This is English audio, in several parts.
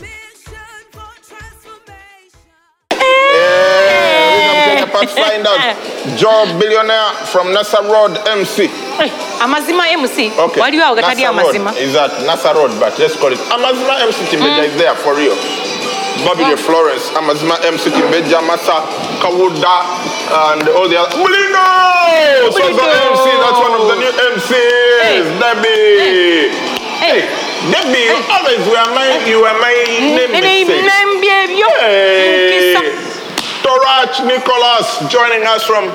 Mission for transformation. Hey. Pathfinder, Job billionaire from Nasa Road, MC. Eh, amazima mc Okay. waliwo awo gatali Nasa Road amazima Is that Nasa Road? But let's call it Amazima MC Mm. Kimbeja is there for real. Bobby de Florence, Amazima MC Kimbeja, Masa Kawuda, and all the other. Mulino! So the Mulino! MC, that's one of the new MCs. Hey. Debbie. Hey. Mm. Debbie, you always were my, you were my name. mistake. nembye ebyo Hey. mukisa Torach Nicholas joining us from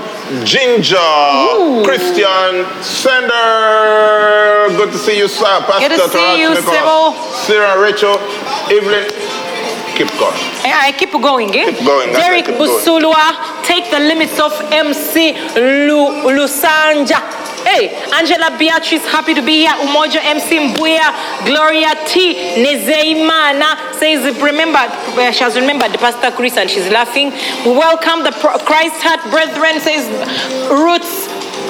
Ginger. Christian Sender. Good to see you, sir. Pastor Good to see Torach you, Nicholas. Sybil. Sarah, Rachel, Evelyn. Keep going. Eh, I keep going. Eh? Keep going, that's it, Derek keep going. Busulwa, take the limits of MC Lu, Lusanja. Hey, Angela Beatrice, happy to be here. Umojo MC Mbuya, Gloria T. Nezeimana says, remember, uh, she has remembered Pastor Chris and she's laughing. We welcome the Pro- Christ Heart Brethren, says Roots.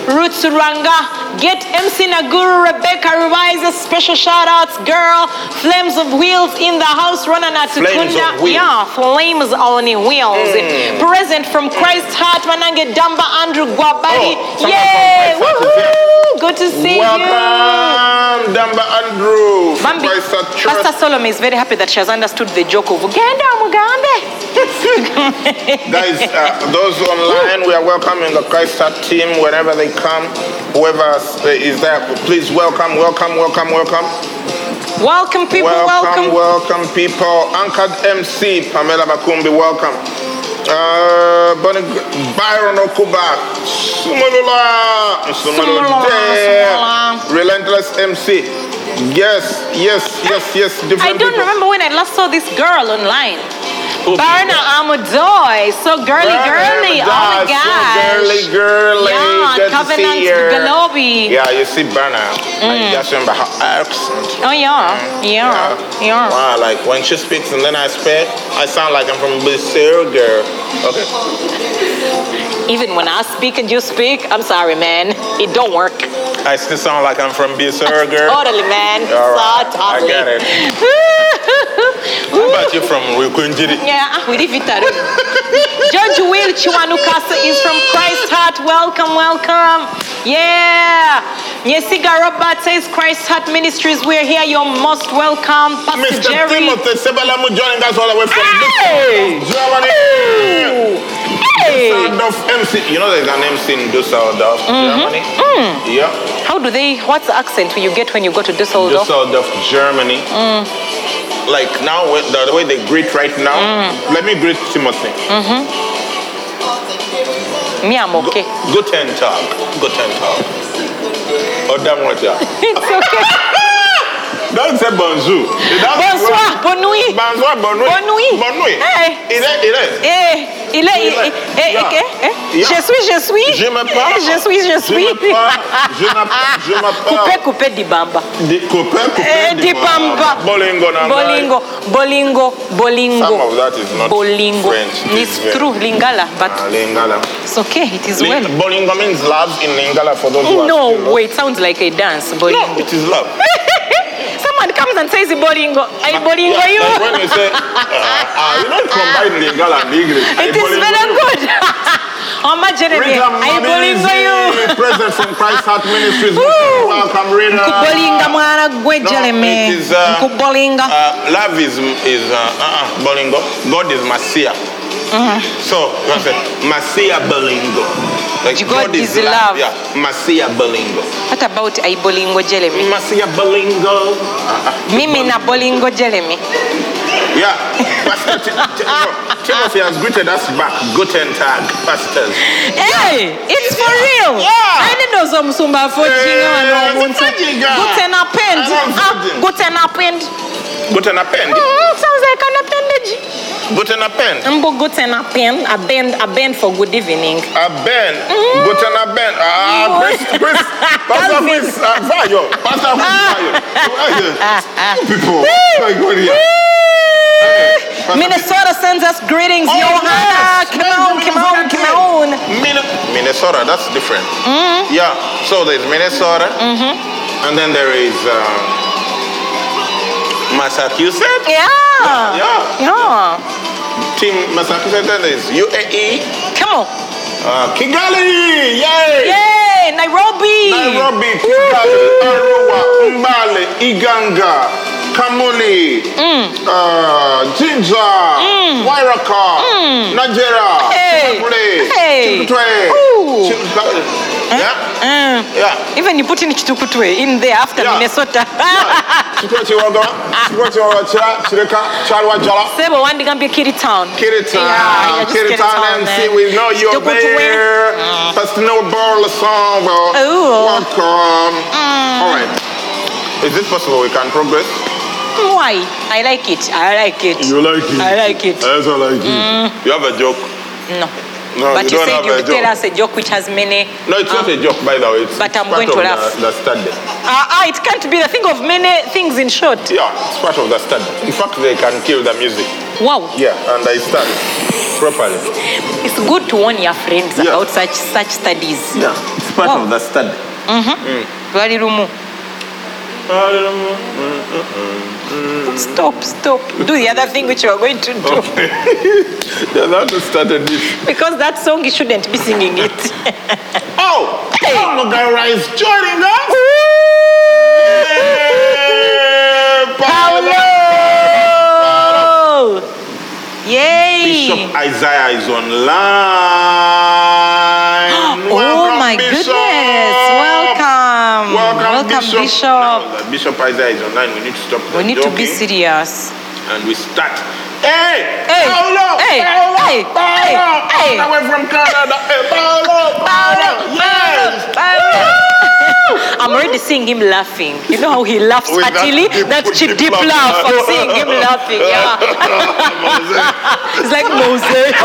Roots Ranga, get MC Naguru, Rebecca Revise, special shout outs, girl, Flames of Wheels in the house, Ronan Flames of Atikunda. Wheels. Yeah, flames on wheels. Mm. Present from Christ Heart, Manange Damba, Andrew Guabari. Oh, someone Yay! from Christ Heart is Woohoo! here. Good to see you. Welcome, Damba Andrew. from Bambi, Christ Church. Pastor Solomon is very happy that she has understood the joke of Uganda Mugambe. Guys, uh, those online, we are welcoming the Christchurch team whenever they come. Whoever uh, is there, please welcome, welcome, welcome, welcome. welcome, people. welcome, Welcome. welcome, people. Anchored MC Pamela Makumbi, welcome. Uh, Bonnie G- Byron Okuba, Sumalula, Sumalula, Sumalula. Relentless MC. Yes, yes, yes, yes. Different I don't people. remember when I last saw this girl online. Barna Amadoy, so girly, Barna girly. Oh Amadoy, my so gosh. girly, girly. Yeah, Good to see Covenant Mm. her. Galobi. Yeah, you see Barna. I just remember her accent. Oh Mm. yeah, yeah, yeah. Wow, like when she speaks and then I speak, I sound like I'm from Bissau, girl. Okay. Even when I speak and you speak, I'm sorry, man. It don't work. I still sound like I'm from Bissau, girl. Totally, man. All right, Oh, So totally. I get it. But you're from Rukunjiri. yeah, ah, we leave it at it. George Will Chiwanukasa is from Christ Heart. Welcome, welcome. Yeah. Nyesiga Robert says Christ Heart Ministries. We're here. You're most welcome. Pastor Mr. Jerry. Timothy Sebalamu joining us all the way from Hey! Bissau, Germany. Hey. Mm-hmm. Sound of MC. You know there's an MC in Dusseldorf, Germany? Mm. Yeah. How do they? What's the accent you get when you go to Düsseldorf? Dusseldorf, Germany. Mm. Like now, with the the way they greet right now, Mm. let me greet Timothy. Me, I'm okay. Guten Tag. Guten Tag. Oh, damn what you are. It's okay. Don't say bonjour. Bonsoir. Bonne nuit. Bonsoir, bonne nuit. Bonne nuit. Bonne nuit. Hey. It is, it is. Eh, il est, Oui, eh, eh, yeah. eh, eh, eh. Yeah. Je suis, je suis. Je me parle. Eh, Je suis, je Je suis. me parle. Je me parle. Je me Coupé, parle. coupé, dibamba. Di- Coupé, coupé. Eh, dibamba. Bolingo, na Bolingo, bolingo, Some of bolingo. that is not Bolingo. French. It's true, Lingala, but Lingala. it's okay, it is Ling- well. Bolingo means love in Lingala for those who are still No, lost. wait, sounds like a dance, No, bolingo. it is love. Someone comes and says bolingo. I bolingo Yeah, like when you you. say, uh, uh, you don't combine Lingala and English. I It is bolingo very you. good. Oma Jeremy, Rita I bolingo you. Mabinzi, Present from Christ Heart Ministries. Woo! Welcome, Rita. Nkubolinga mwana gwe No, Jeremy. Ah. it is, uh, Nkubolinga. Uh, love is is uh, uh, bolingo. God is Masia. Uh-huh. So you have to say Masia bolingo. Like God is love. Yeah, Masia bolingo. What about I bolingo Jeremy? Masia bolingo. Uh, uh, mimi na bolingo jeremy yeah, Pastor Ti- Ti- no, Timothy has greeted us back. Guten Tag, pastors. hey, it's for real Yeah. ani ndozo musumba afokinga Eh, wano omuntu zifagiga. guten append I don't Ah, see them. guten append Guten Abend. Mm, sounds like an appendage Butena pen. Mbogo tena pen, a bend, a bend for good evening. A ben. Butena ben. Ah, Chris, Chris. Pastor Calvin. Chris. Ah, Vayo. Pastor Chris. Vayo. Vayo. You people. My God, yeah. Hey, Pastor Minnesota sends us greetings. Oh, Johanna, yes. come on, come on, Minnesota come great. on. Min- Minnesota, that's different. Yeah, so there's Minnesota, and then there is um, Massachusetts. Yeah. Yeah. Yeah. Team Massachusetts, then there's UAE, Come on. uh, Kigali, yay! Yay, Nairobi. Nairobi, Kigali, Arua, Mbale, Iganga, Kamuli, uh, Jinja, Wairaka, Nigeria, Hey. Chitapule, Hey. Chitutwe, Ooh. Chituka- Yeah, Mm. yeah. Even you put in Chitukutwe in there after Yeah. Minnesota. Chikwa chiwaga, chikwa chiwaga, chira, chireka, charwa jala. Sebo wandi gambia Kitty Town. Kiritan, Yeah, yeah, just Kitty Kiritan MC, Town, we man. know you're Chitukutu there. That's no ball song. Ah. Ooh. Mm. Welcome. All right. Is this possible? We can progress. Why? I like it. I like it. You like it? I like it. I also like it. You have a joke. No. No, but Oh, you you, don't said have you a would joke. tell us a joke which has many. No, it's not a joke, by the way. It's but I'm part going of to the- laugh. The study. Ah, ah, it can't be the thing of many things in short. Yeah, it's part of the study. In fact, they can kill the music. Wow. Yeah, and I study properly. It's good to warn your friends Yeah. about such such studies. Yeah, it's part Wow. of the study. Very rumu. Stop, stop. Do the other thing which you are going to do. Oh. yeah, that started this. Because that song you shouldn't be singing it. Oh, Paul Gara is joining us. Yeah, Paolo. Oh! Yay! Bishop Isaiah is online. oh my goodness! Welcome! Welcome, Bishop. Bishop. Now that Bishop Isaiah is online. We need to stop. the We need to be joking serious. And we start. Hey! Hey! Paolo! Hey! Paolo! Hey! Paolo! Hey! All Hey! the way from Canada. Hey, Paolo! Paolo! Yes! I'm already seeing him laughing. You know how he laughs With that utterly? deep- That deep deep, deep laugh. laugh. I'm seeing him laughing. Yeah. it's like Moses.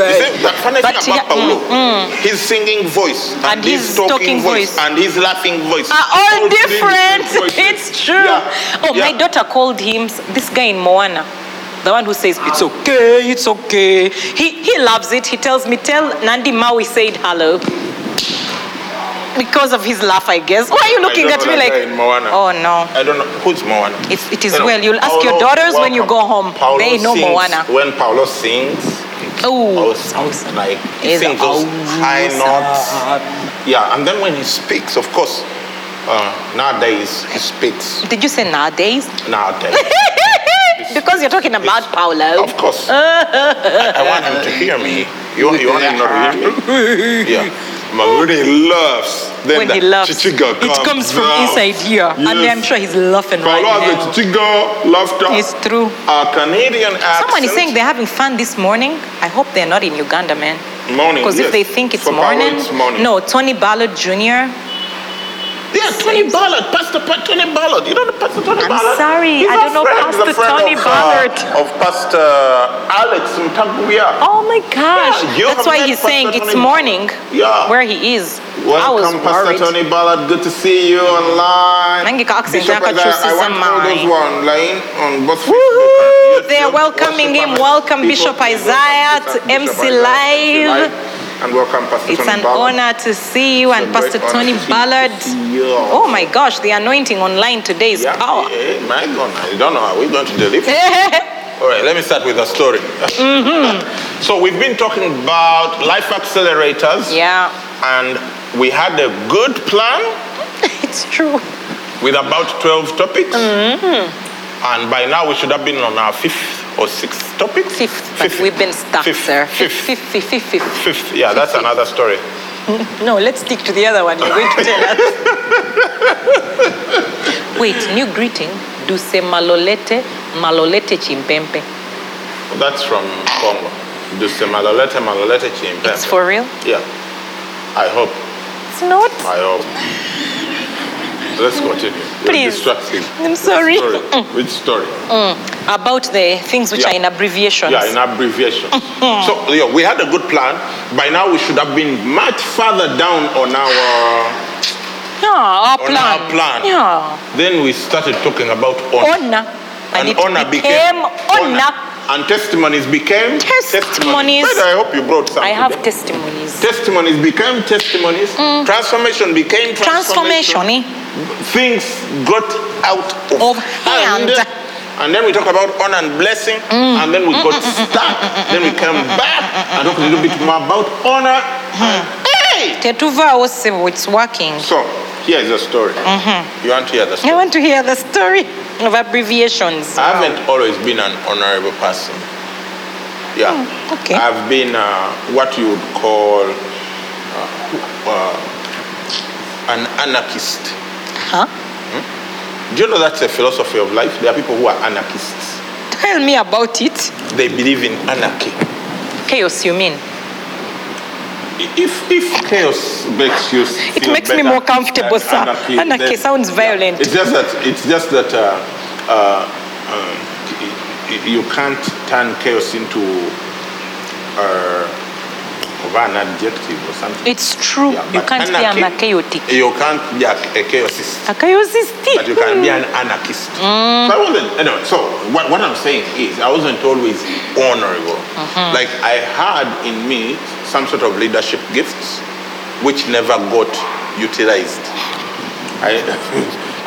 See, Moses. the funny thing But about yeah, mm, Paolo, his singing voice and, And his, his talking talking voice, voice. and his laughing voice Are all three different. voices. It's true. Yeah. Oh, my Yeah. daughter called him this guy in Moana. The one who says Ah. it's okay, it's okay. He he loves it. He tells me, tell Nandi Maui said hello. Because of his laugh, I guess. Why are you looking don't at know me that like? guy in Moana. Oh no. I don't know who's Moana. It's, it is You know, well. You'll ask Paolo, your daughters when you go welcome. home. Paolo they know sings, Moana. When Paolo sings, Oh, Paolo sounds like he It's sings those high notes. Yeah, and then when he speaks, of course, uh, nowadays he speaks did you say nowadays? nowadays. because you're talking about Paolo. Of course, I, I want him to hear me. You, you want him not to hear me? Yeah. Maguri loves. Then when the he laughs, chichiga it comes from out. inside here, and Yes. I'm sure he's laughing Paolo has a right now. chichiga laughter. It's true. A Canadian accent. Someone is saying they're having fun this morning. I hope they're not in Uganda, man. Morning, Because yes. if they think it's For Paolo, morning, it's morning. no, Tony Ballard Jr. Yeah, Tony Ballard, Pastor pa- Tony Ballard. You don't know Pastor Tony I'm Ballard? sorry, He's a I don't know friend. Pastor He's a friend Tony of, uh, Ballard. of Pastor Alex Mtanguia. Oh my gosh, Yeah, you that's have why met he's saying Pastor it's Tony- morning. Yeah. where he is. I was Welcome, Pastor worried. Tony Ballard. Good to see you online. Nangi ka accent Bishop yako Isaiah, I want chusi all zamai. those who are online on both Facebook Woohoo! and YouTube. They're welcoming Worship him. and Welcome people Bishop to Isaiah worship to at Bishop MC Isaiah Live. And welcome, Pastor It's Tony an Ballard. honor to see you It's and a Pastor great honor Tony to see- to Ballard. see you. Oh my gosh, the anointing online today is Yeah, power. eh, my God, I don't know how we're going to deliver. All right, let me start with a story. Mm-hmm. so we've been talking about life accelerators. yeah, And we had a good plan it's true. with about 12 topics. Mm-hmm. And by now we should have been on our fifth or sixth topic. Fifth, but we we've been stuck, Fifth. sir. Fifth. Fifth, fifth, fifth, fifth. Fifth. Yeah, that's another story. No, let's stick to the other one. You're going to tell us. Wait, new greeting. Duse malolete, malolete chimpempe. That's from Congo. Duse malolete malolete chimpembe. It's for real? Yeah. I hope. It's not. I hope. Let's continue. You're Please. distracting. I'm sorry. Story. Which story? about the things which Yeah. are in abbreviations. Yeah, in abbreviation. so yeah, we had a good plan. By now, we should have been much further down on our Yeah, our on plan. our plan. Yeah. Then we started talking about honor, Honor. and, And, it honor became became honor. and testimonies became Testimonies. But I hope you brought some. I have today. testimonies. testimonies became testimonies. Transformation became transformation. Transformation. eh? Things got out of, Of hand. Mm. And then we talk about honor and blessing, and then we got stuck. Then we came back and talked a little bit more about honor. and- Hey! eh? Tetuva Osebo, it's working. So, here is the story. You want to hear the I story? Mm-hmm. want to hear the story of abbreviations. I haven't always been an honorable person. Yeah. okay. I've been uh, what you would call uh, uh, an anarchist. Hmm? Huh? Do you know that's a philosophy of life? There are people who are anarchists. Tell me about it. They believe in anarchy. Chaos, you mean? I- If, if chaos makes you feel It makes me better more comfortable, than sir. Anarchy, sounds violent. It's just that it's just that uh, uh, um, y- y- you can't turn chaos into uh, of an adjective or something. It's true. Yeah, you but can't be an chaotic. You can't be a, a chaosist, A chaosist. but you can be an anarchist. So I wasn't. Anyway, so what, what I'm saying is, I wasn't always honorable. Like I had in me some sort of leadership gifts, which never got utilized. I,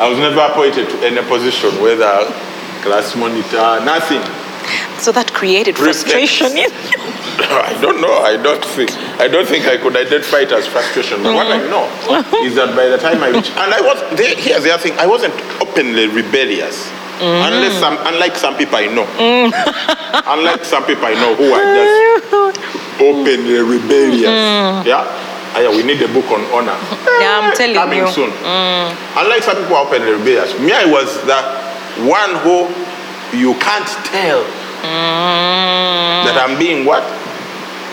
I was never appointed to any position, whether class monitor, nothing. Hmm. So that created Respect. frustration. in- I don't know. I don't think. I don't think I could identify it as frustration. But what I know is that by the time I reached, and I was there, here's the other thing. I wasn't openly rebellious, unless some, unlike some people I know, unlike some people I know who are just openly rebellious. Yeah. Ah, yeah, we need a book on honor. Mm-hmm. Yeah, I'm Eh, telling coming you. Mm. soon. Unlike some people who are openly rebellious, me, I was the one who you can't tell that I'm being what?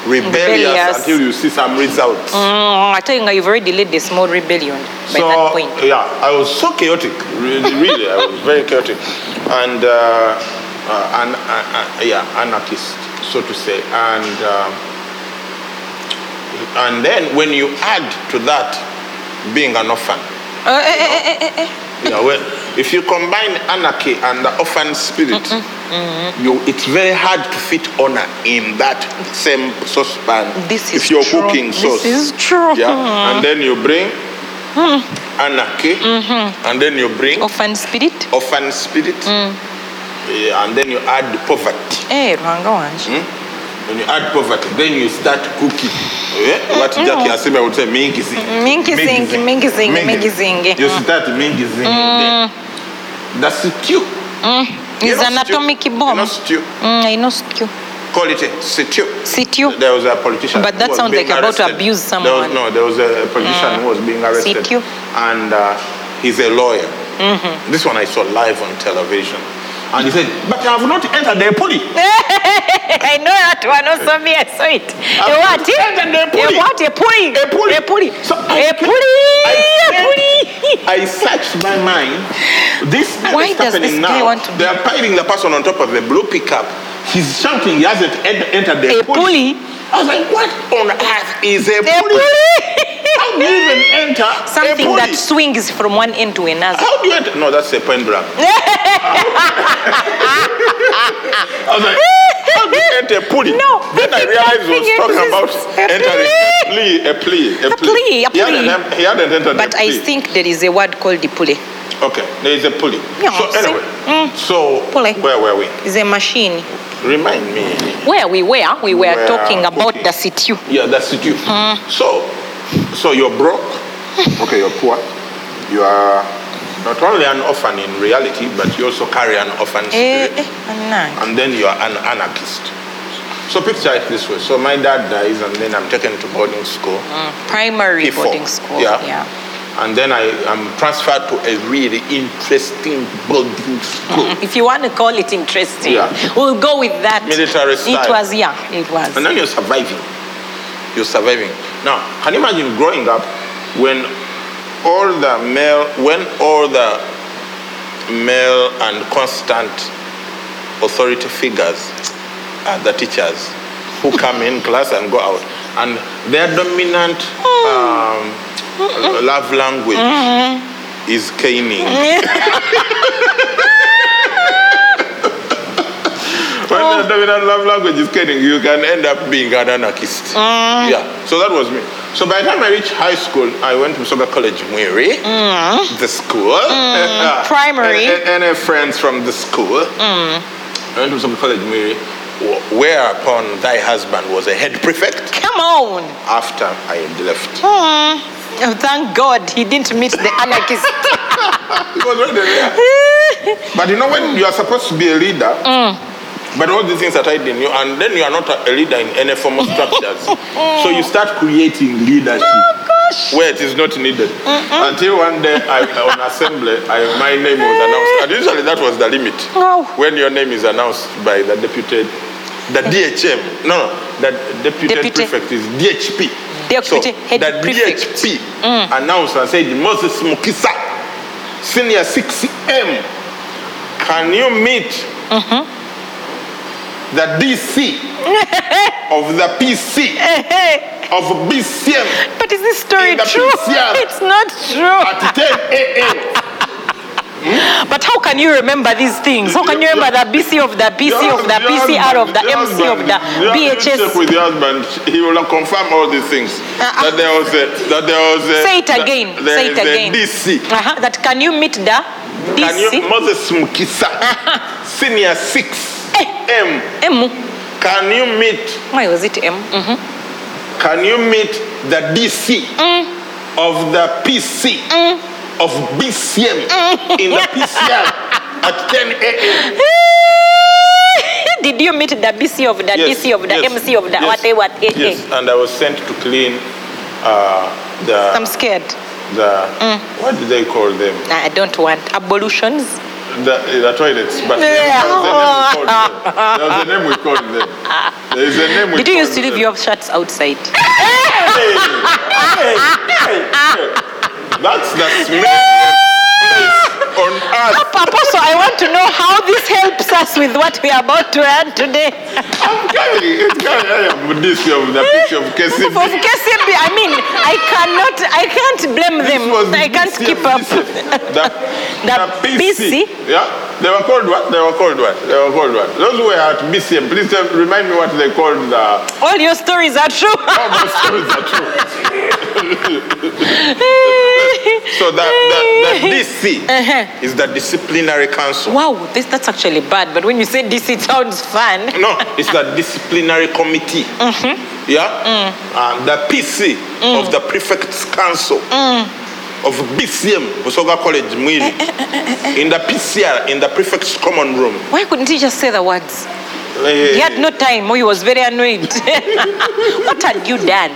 Rebellious, Mm. Rebellious. until you see some results. Mm, I think you've already led a small rebellion by so that point. yeah, I was so chaotic. Really, really I was very chaotic, and uh, uh, an, uh, uh, yeah, anarchist, so to say. And um, and then when you add to that being an orphan, Uh, eh, eh, eh, eh, eh. yeah, well, if you combine anarchy and the orphan spirit, Mm-hmm. you it's very hard to fit honor in that same saucepan. This if is you're true. cooking This sauce, is true. Hmm. Yeah, and then you bring anarchy, Mm-hmm. and then you bring eh. Orphan spirit. orphan spirit, Mm. yeah, and then you add poverty. Eh, Ruhanga wanje. When you add poverty, then you start cooking. Eh? What Jackie Asime would say, mingi zingi. Mm, Mingi zingi, mingi zingi, mingi zingi. Mm. You start mingi zingi. then The stew. You It's know anatomic stew? You bomb. know stew. Mm, I know stew. Call it a stew. Stew. There was a politician. But who that was sounds being like about to arrested. abuse There was, someone. Mm. no, there was a politician who was being arrested. CQ. And uh, he's a lawyer. Mm-hmm. This one I saw live on television. And he said, But I have not entered the police. Eh, I know that one also me. I saw it. A Ah, what? eh? a pulley. A what? Eh, A pulley. A pulley. A pulley. So I A can't- I Eh, pulley. A can't- pulley. I searched my mind. This is Why does happening this now. guy want to they are piling the person on top of the blue pickup. He's shouting. He hasn't en- entered the A pulley? I was like, what on earth is a A pulley? How do you pulley. even enter a Something pulley? that swings from one end to another. How do you enter? No, that's a pendulum. I was like, how do you enter a pulley? No, Then I this realized he was thing talking about exists. A entering a plea, a plea, a plea. A plea, a He hadn't, plea. em- he hadn't entered But a I plea. think there is a word called the pulley. Okay, there is a pulley. Yeah, so see? anyway, Mm. so Pulley. where were we? It's a machine. Remind me. Where we were, we were Where- talking about okay. the situ. Yeah, that's it. You. Mm. So, so you're broke. Okay, you're poor. You are not only an orphan in reality, but you also carry an orphan Eh, spirit, eh, Anang. and then you are an anarchist. So picture it this way: so my dad dies, and then I'm taken to boarding school. Mm. primary P4. boarding school. Yeah. yeah. And then I am transferred to a really interesting boarding school. If you want to call it interesting, Yeah. we'll go with that. Military style. It was, yeah, it was. And now you're surviving. You're surviving. Now, can you imagine growing up when all the male, when all the male and constant authority figures are the teachers who come in class and go out. And their dominant um, love language is caning. when the dominant love language is caning, you can end up being an anarchist. Yeah. So that was me. So by the time I reached high school, I went to Musoga College Mwiri, the school. primary. And, and, and friends from the school. I went to Musoga College Mwiri, wh- whereupon thy husband was a head prefect Come on. after I had left. Hmm. Oh, Thank God he didn't meet the anarchist. It was right there. But you know when you are supposed to be a leader, but all these things are tied in you, and then you are not a leader in any formal structures. so you start creating leadership where it is not needed. Until one day, I, on assembly, I, my name was announced, and usually that was the limit. Wow. When your name is announced by the deputy, the DHM, no, no, the deputy, Deputy. prefect is DHP. Deputy so head the prefect. Mm. DHP announced and said, Moses Mukisa senior 6M, can you meet Mm-hmm. the DC of the PC of BCM but is this story In the true? PCR. It's not true. at 10 a.m.? But how can you remember these things? How can you remember the BC of the BC of the Your PCR of the husband- your MC of husband- the you have to Check BHS? with your husband. He will confirm all these things. Uh-uh. That there was a, that there was a, Say it that again. there Say it is a again. DC. Uh-huh. That can you meet the Can you, DC? Moses Mukisa, senior 6 Eh. M, M. can you meet Why was it M? Mm. Mhm. Can you meet the DC Mm. of the PC of BCM Mm. in the PCR at 10 a.m.? Did you meet the BC of the DC of the MC of the yes, what they what? eh, eh. Yes, and I was sent to clean uh, I'm the, scared. the Mm. what do they call them? I I don't want abolitions. The, eh, the toilets, but Yeah. there was a name we called them. There was a name we called them. There is a name we Did you used to called leave them. your shirts outside? Hey, hey, hey, hey. That's the smell on earth. Apostle, Eh, I want to know how this helps us with what we are about to learn today. I'm coming. It's coming. I am this of the picture of Kessie. of KCB, I mean, I cannot, I can't blame them. I can't keep up. The, The the, PC. PC. Yeah. They were called what? They were called what? They were called what? Those who were at BCM, please tell, remind me what they called the. All your stories are true. All my stories are true. So the, the, the DC Uh-huh. is the disciplinary council. wow, this that's actually bad. But when you say this, it sounds fun. No, it's the disciplinary committee. Mm-hmm. Yeah? Mm. And the PC of the prefect's council Mm. of BCM, Busoga College, Mwiri, Eh, in the PCR, in the prefect's common room. Why couldn't he just say the words? eh, He had no time. Oh, he was very annoyed. what had you done?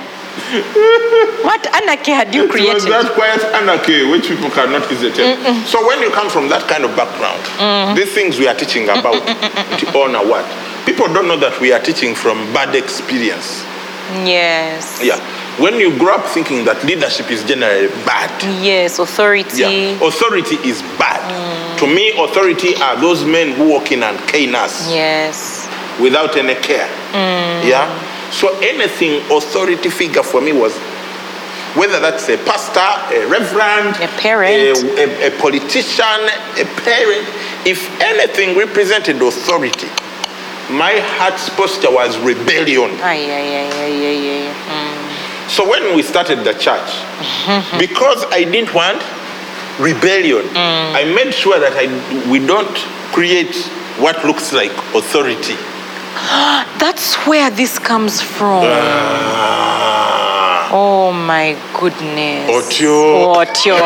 What anarchy had you eh. It was created? that quiet anarchy which people cannot eh? easily tell. So when you come from that kind of background, Mm. these things we are teaching about to honor what? People don't know that we are teaching from bad experience. Yes. Yeah. When you grow up thinking that leadership is generally bad, Yes, authority. Yeah. Authority is bad. To me, authority are those men who walk in and cane us Yes. without any care. Yeah. So anything authority figure for me was whether that's a pastor, a reverend, A parent. a, a- a politician, a parent. If anything represented authority, my heart's posture was rebellion. Ay, ay, ay, ay, ay, ay, Hmm. ay. So when we started the church, Mm-hmm. because I didn't want rebellion, Mm. I made sure that I, we don't create what looks like authority. That's where this comes from. Ah. Oh my goodness. Otio. Otio.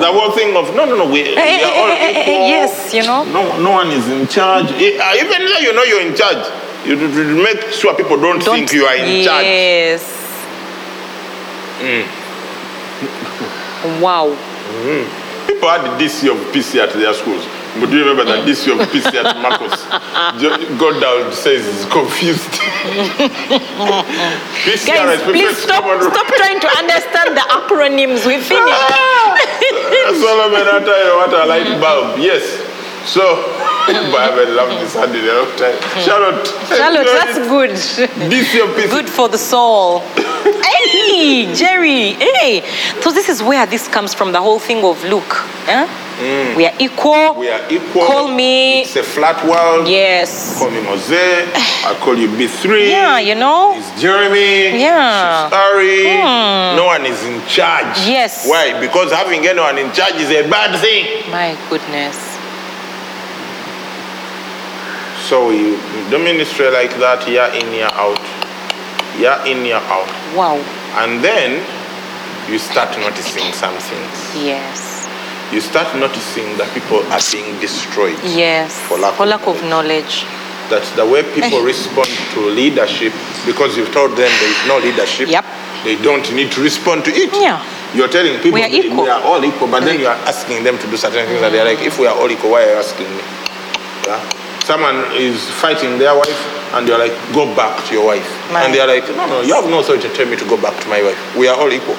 The whole thing of no, no, no, we, we Eh, eh, are all eh, eh, eh, equal. yes, you know. No, no one is in charge. Eh, ah, Even though you know you're in charge, you d- d- make sure people don't, think you are in charge. Yes. Hmm. Wow. People had the DC of PC at their schools. But do you remember the DC of PC at Marcos? Jo- Goddard says he's confused. PCR Guys, is please perfect stop human stop trying to understand the acronyms. We finished. Solomon Attire, what a light bulb. Yes. So, but I haven't loved this hand in a long time. Charlotte. Charlotte, enjoy that's it. good. This your piece. Good for the soul. hey, Jerry. Hey. So this is where this comes from. The whole thing of look. eh? We are equal. Mm. We are equal. Call me. It's a flat world. Yes. Call me Mose. I call you B3. Yeah, you know. It's Jeremy. Yeah. Hmm. She's sorry. No one is in charge. Yes. Why? Because having anyone in charge is a bad thing. My goodness. So you do ministry like that year in, year out. Year in, year out. Wow. And then you start noticing some things. Yes. You start noticing that people are being destroyed. Yes. For lack of of knowledge. That the way people respond to leadership, because you've told them there is no leadership, Yep. they don't need to respond to it. Yeah. You're telling people We are that equal. we are all equal, but then you are asking them to do certain things that they're like, if we are all equal, why are you asking me? Yeah? Someone is fighting their wife, and you're like, go back to your wife. My And they're like, no, no, you have no authority to tell me to go back to my wife. We are all equal.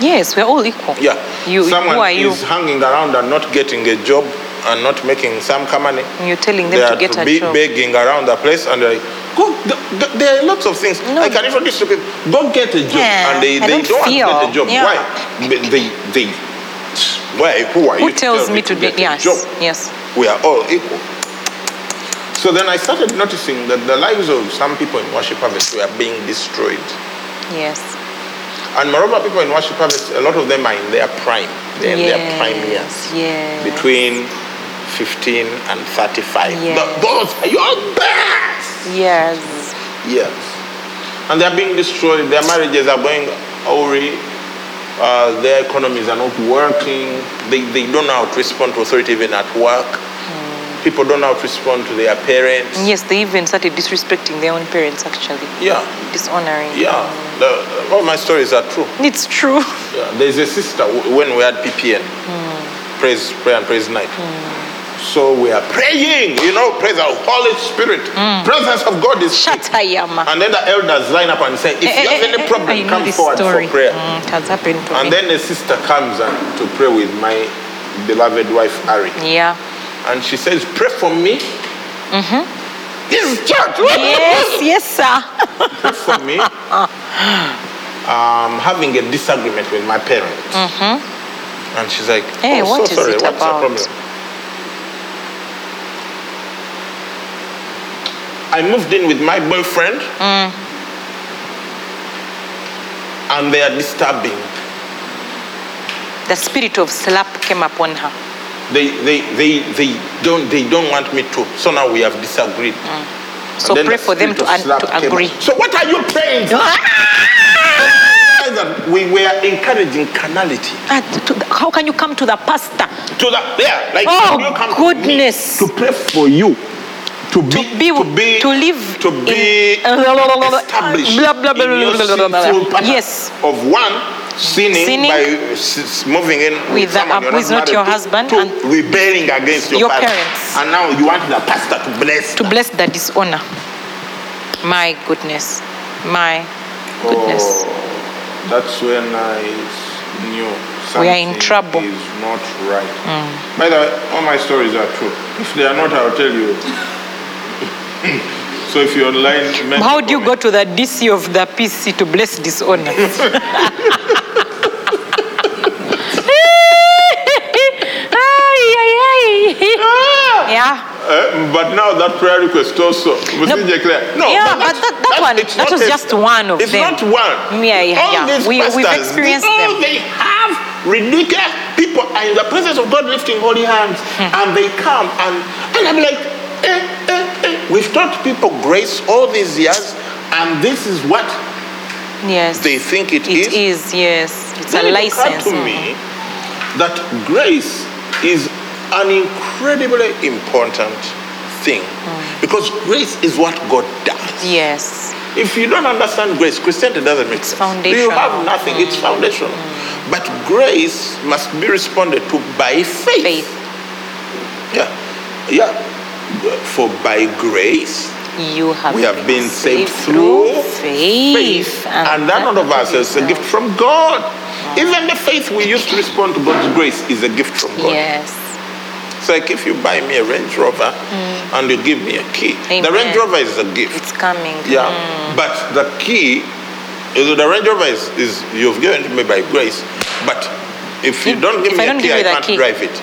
Yes, we're all equal. Yeah. You. Someone who are you? is hanging around and not getting a job and not making some kind of money. And You're telling They them are to get a be job. begging around the place and they're like, go, th- th- there are lots of things. No. I can introduce to people, go get a job. Yeah, and they, I they don't want to get feel- a job. yeah. Why? They, they, they, why? Who are Who you? to tell tells me to get get? Yes. a job? Yes. we are all equal. So then I started noticing that the lives of some people in Worship Harvest were being destroyed. Yes. And moreover, people in Worship Harvest, a lot of them are in their prime. They're in their prime years. Yes. Between 15 and 35. Yes. Th- those are your best Yes. years. And they're being destroyed. Their marriages are going awry. Uh, their economies are not working. They, they don't know how to respond to authority even at work. People don't know how to respond to their parents. Yes, they even started disrespecting their own parents, actually. Yeah, Dishonoring. yeah. The- all my stories are true. It's true. Yeah, there's a sister w- when we had PPN, praise prayer and praise night. So we are praying, you know, praise the Holy Spirit. Presence of God is. Shatayama. And then the elders line up and say, Eh, if you have any problem, I know come this forward story. for prayer. Mm, it has happened to me. And then a sister comes and to pray with my beloved wife Ari, yeah. and she says, pray for me. Mm-hmm. This is church. Yes, yes, sir. Pray for me. I'm having a disagreement with my parents. And she's like, Mm-hmm. Hey, oh, so what is sorry, it what's about?" the problem? I moved in with my boyfriend, Mm. and they are disturbing. The spirit of slap came upon her. They, they, they, they don't, they don't want me to. So now we have disagreed. And Mm. So then pray the for them spirit to, of un- slap to came up. agree. So what are you praying? for? That we were encouraging carnality. Ah, to the- how can you come to the pastor to the yeah, like Oh, you come goodness. to, me to pray for you to be to be, to live to in- be blah, blah, blah, blah, blah, established blah, blah, blah, in your blah, blah, blah, sinful blah. pattern Yes. of one sinning, Sinning by s- s- moving in with with, the- someone you're who is not married your to, husband to and- rebelling against your, Your parents. parents. and now you want the pastor to bless to them. bless the dishonor. My goodness. My goodness. Oh, that's when I s- knew something We are in trouble. Mm. is not right. By the way, all my stories are true. If they are not, I'll tell you. so if you're online, make How a do you go comment. to the DC of the PC to bless dishonor? Ay, ay, Ah! ay. yeah. Uh, but now that prayer request also, we No, no, clear. No, yeah, that's- but that- that that's- one- it's that not was a- just one of it's them. It's not one. Yeah, yeah, all yeah. These We- we've pastors, experienced all them. they have ridiculous people are in the presence of God lifting holy hands, Hmm. and they come and and I'm like, eh, eh, eh. we've taught people grace all these years, and this is what Yes. they think it It is. is, yes. It's a Then it occurred license. to me that grace is an incredibly important thing Mm. because grace is what God does. Yes. If you don't understand grace, Christianity doesn't make sense. You foundational. Mm. have nothing. It's foundational. But grace must be responded to by faith. Faith. Yeah, yeah. For by grace You have, we have been saved through faith. faith, and that not of ourselves, is a gift from Mm. God. Even the faith we use to respond to God's grace is a gift from God. Yes. It's like if you buy me a Range Rover and you give me a key. The Mm. Amen. Mm. Range Rover is a gift. It's coming. Yeah, but the key, is the Range Rover is, is you've given to me by grace, but if you If- don't give if me I don't a key, give you I the can't key. Mm. drive it.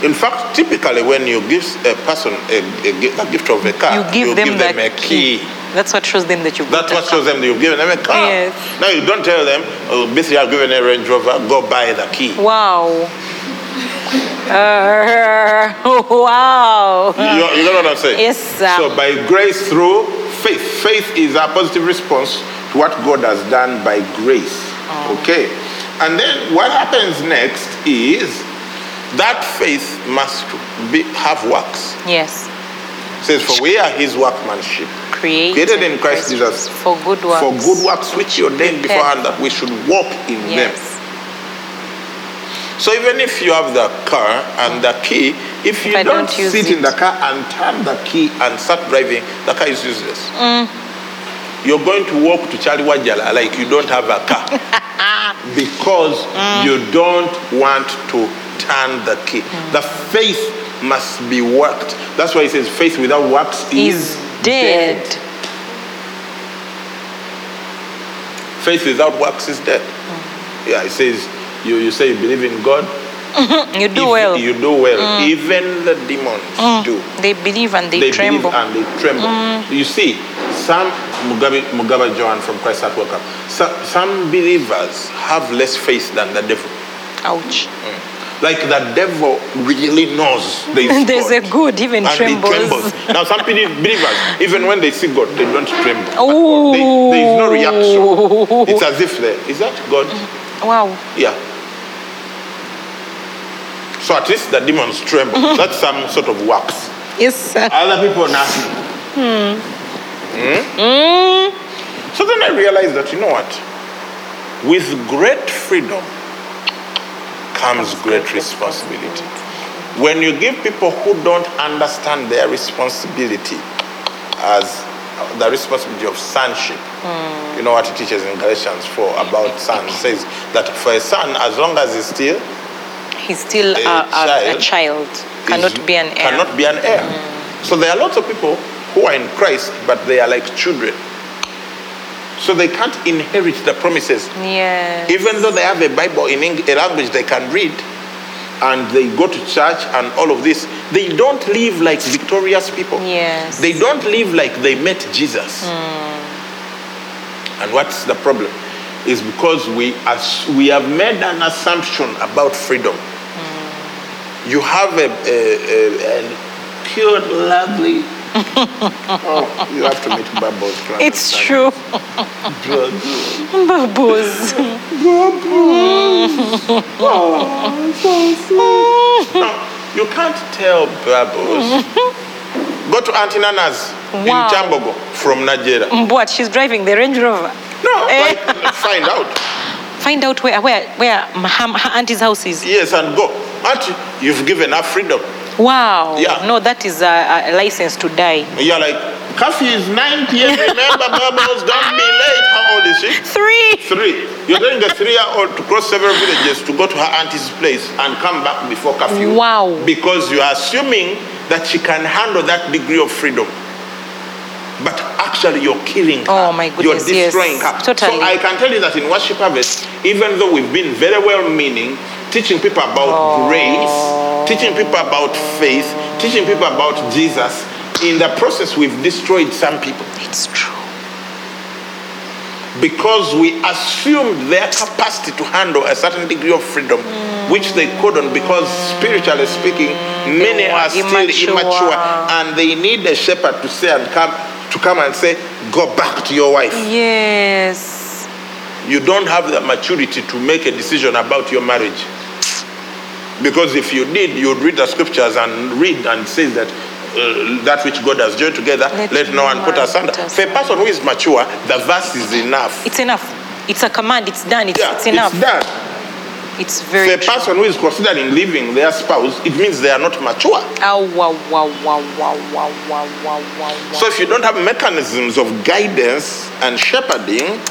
In fact, typically when you give a person a, a, gi- a gift of a car, You give them the a key. key. That's what shows them that you've That's got what a shows car. them that you've given them a car. Yes. Now you don't tell them, oh, basically I've given a Range Rover, go buy the key. Wow. Uh, wow. You, you know what I'm saying? Yes, sir. So by grace through faith. Faith is a positive response to what God has done by grace. Oh. Okay. And then what happens next is that faith must be, have works. Yes. It says, for we are His workmanship, Created, created in Christ Jesus, for good works. for good works which He ordained Prepare. beforehand that we should walk in them. Yes. So even if you have the car and the key, if you If I don't, don't use sit in it. the car and turn the key and start driving, the car is useless. Mm. You're going to walk to Chaliwajala like you don't have a car because Mm. you don't want to turn the key. Mm. The faith must be worked. That's why it says faith without works Is is, dead. Faith without works is dead. Mm. Yeah, it says you, you say you believe in God, You if do well. you do well. Even the demons do. they believe and they, they tremble. Mm. believe and they tremble. You see, some Mugabe, Mugabe Joan from Christ at Welcome. Some, some believers have less faith than the devil. Ouch. Like the devil really knows there is There's a God. good even and trembles. they trembles. Now some be- believers, even when they see God, they don't tremble. at all. They- there is no Ooh. reaction. It's as if they, is that God? Wow. Yeah. So at least the demons tremble. That's some sort of works. Yes, sir. Other people nothing. Hmm. So then I realized that you know what? With great freedom comes great responsibility. When you give people who don't understand their responsibility as the responsibility of sonship, you know what it teaches in Galatians 4 about son. It says that for a son, as long as he's still He's still a, A a, a child. is- Cannot be an heir. Mm. Cannot be an heir. So there are lots of people who are in Christ, but they are like children. So they can't inherit the promises. yeah. Even though they have a Bible in Eng- a language they can read, and they go to church and all of this, they don't live like victorious people. Yes. They don't live like they met Jesus. Hmm. And what's the problem? Is because we as we have made an assumption about freedom. Hmm. You have a, a, a, a cute, lovely. oh, you have to meet Bubbles. to it's understand. true. Bubbles. Baboos. No, you can't tell Bubbles. Go to Auntie Nana's Wow. in Chambogo from Nigeria. Mbwat, she's driving the Range Rover. No, Eh. like, find out. Find out where where where her, her auntie's house is. Yes, and go. Auntie, you've given her freedom. Wow. Yeah. No, that is a, a license to die. You're like, curfew is 9 p.m. Remember, Bubbles, don't be late. How old is she? Three. Three. You're telling the three-year-old to cross several villages to go to her auntie's place and come back before curfew. Wow. Because you are assuming that she can handle that degree of freedom. But actually, you're killing her. Oh, my goodness, You're yes. destroying her. So Totally. I can tell you that in Worship Harvest, even though we've been very well-meaning, teaching people about Oh. grace, teaching people about faith, teaching people about Jesus, in the process, we've destroyed some people It's true. because we assumed their capacity to handle a certain degree of freedom, which they couldn't, because spiritually speaking, many were are still immature. immature. and they need a shepherd to say and come to come and say, go back to your wife. Yes. You don't have the maturity to make a decision about your marriage. Because if you did, you'd read the scriptures and read and say that uh, that which God has joined together, Let let, no one put man asunder. put For a person who is mature, the verse is enough. It's enough. It's a command. It's done. It's, yeah, it's enough. It's done. It's For very a true. person who is considering leaving their spouse, it means they are not mature. Ow, wow, wow, wow, wow, wow, wow, wow, wow, wow. So if you don't have mechanisms of guidance and shepherding,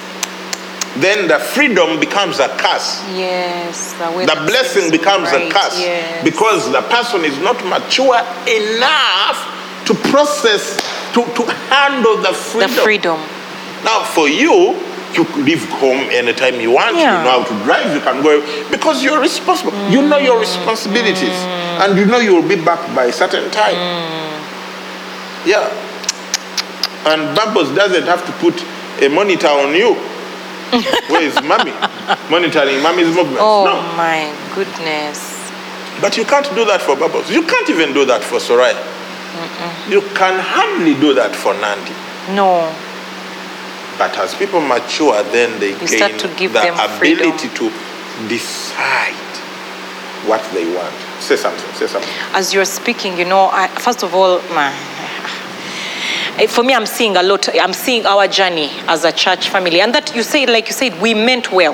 then the freedom becomes a curse. Yes, the, way The that blessing is becomes a right, curse yes. because the person is not mature enough to process, to, to handle the the freedom. freedom. Now, for you, you could leave home anytime you want. Yeah. Mm. You know how to drive. You can go because you're responsible. You know your responsibilities, and you know you will be back by a certain time. Mm. Yeah. And Bubbles doesn't have to put a monitor on you. Where is mommy? Monitoring mommy's movements. Oh No. my goodness. But you can't do that for Bubbles. You can't even do that for Soraya. You can hardly do that for Nandi. No. But as people mature, then they gain You start to give the them freedom. ability to decide what they want. Say something. Say something. as you're speaking, you know, I, first of all, ma- eh, for me, I'm seeing a lot. I'm seeing our journey as a church family, and that you said, like you said, we meant well.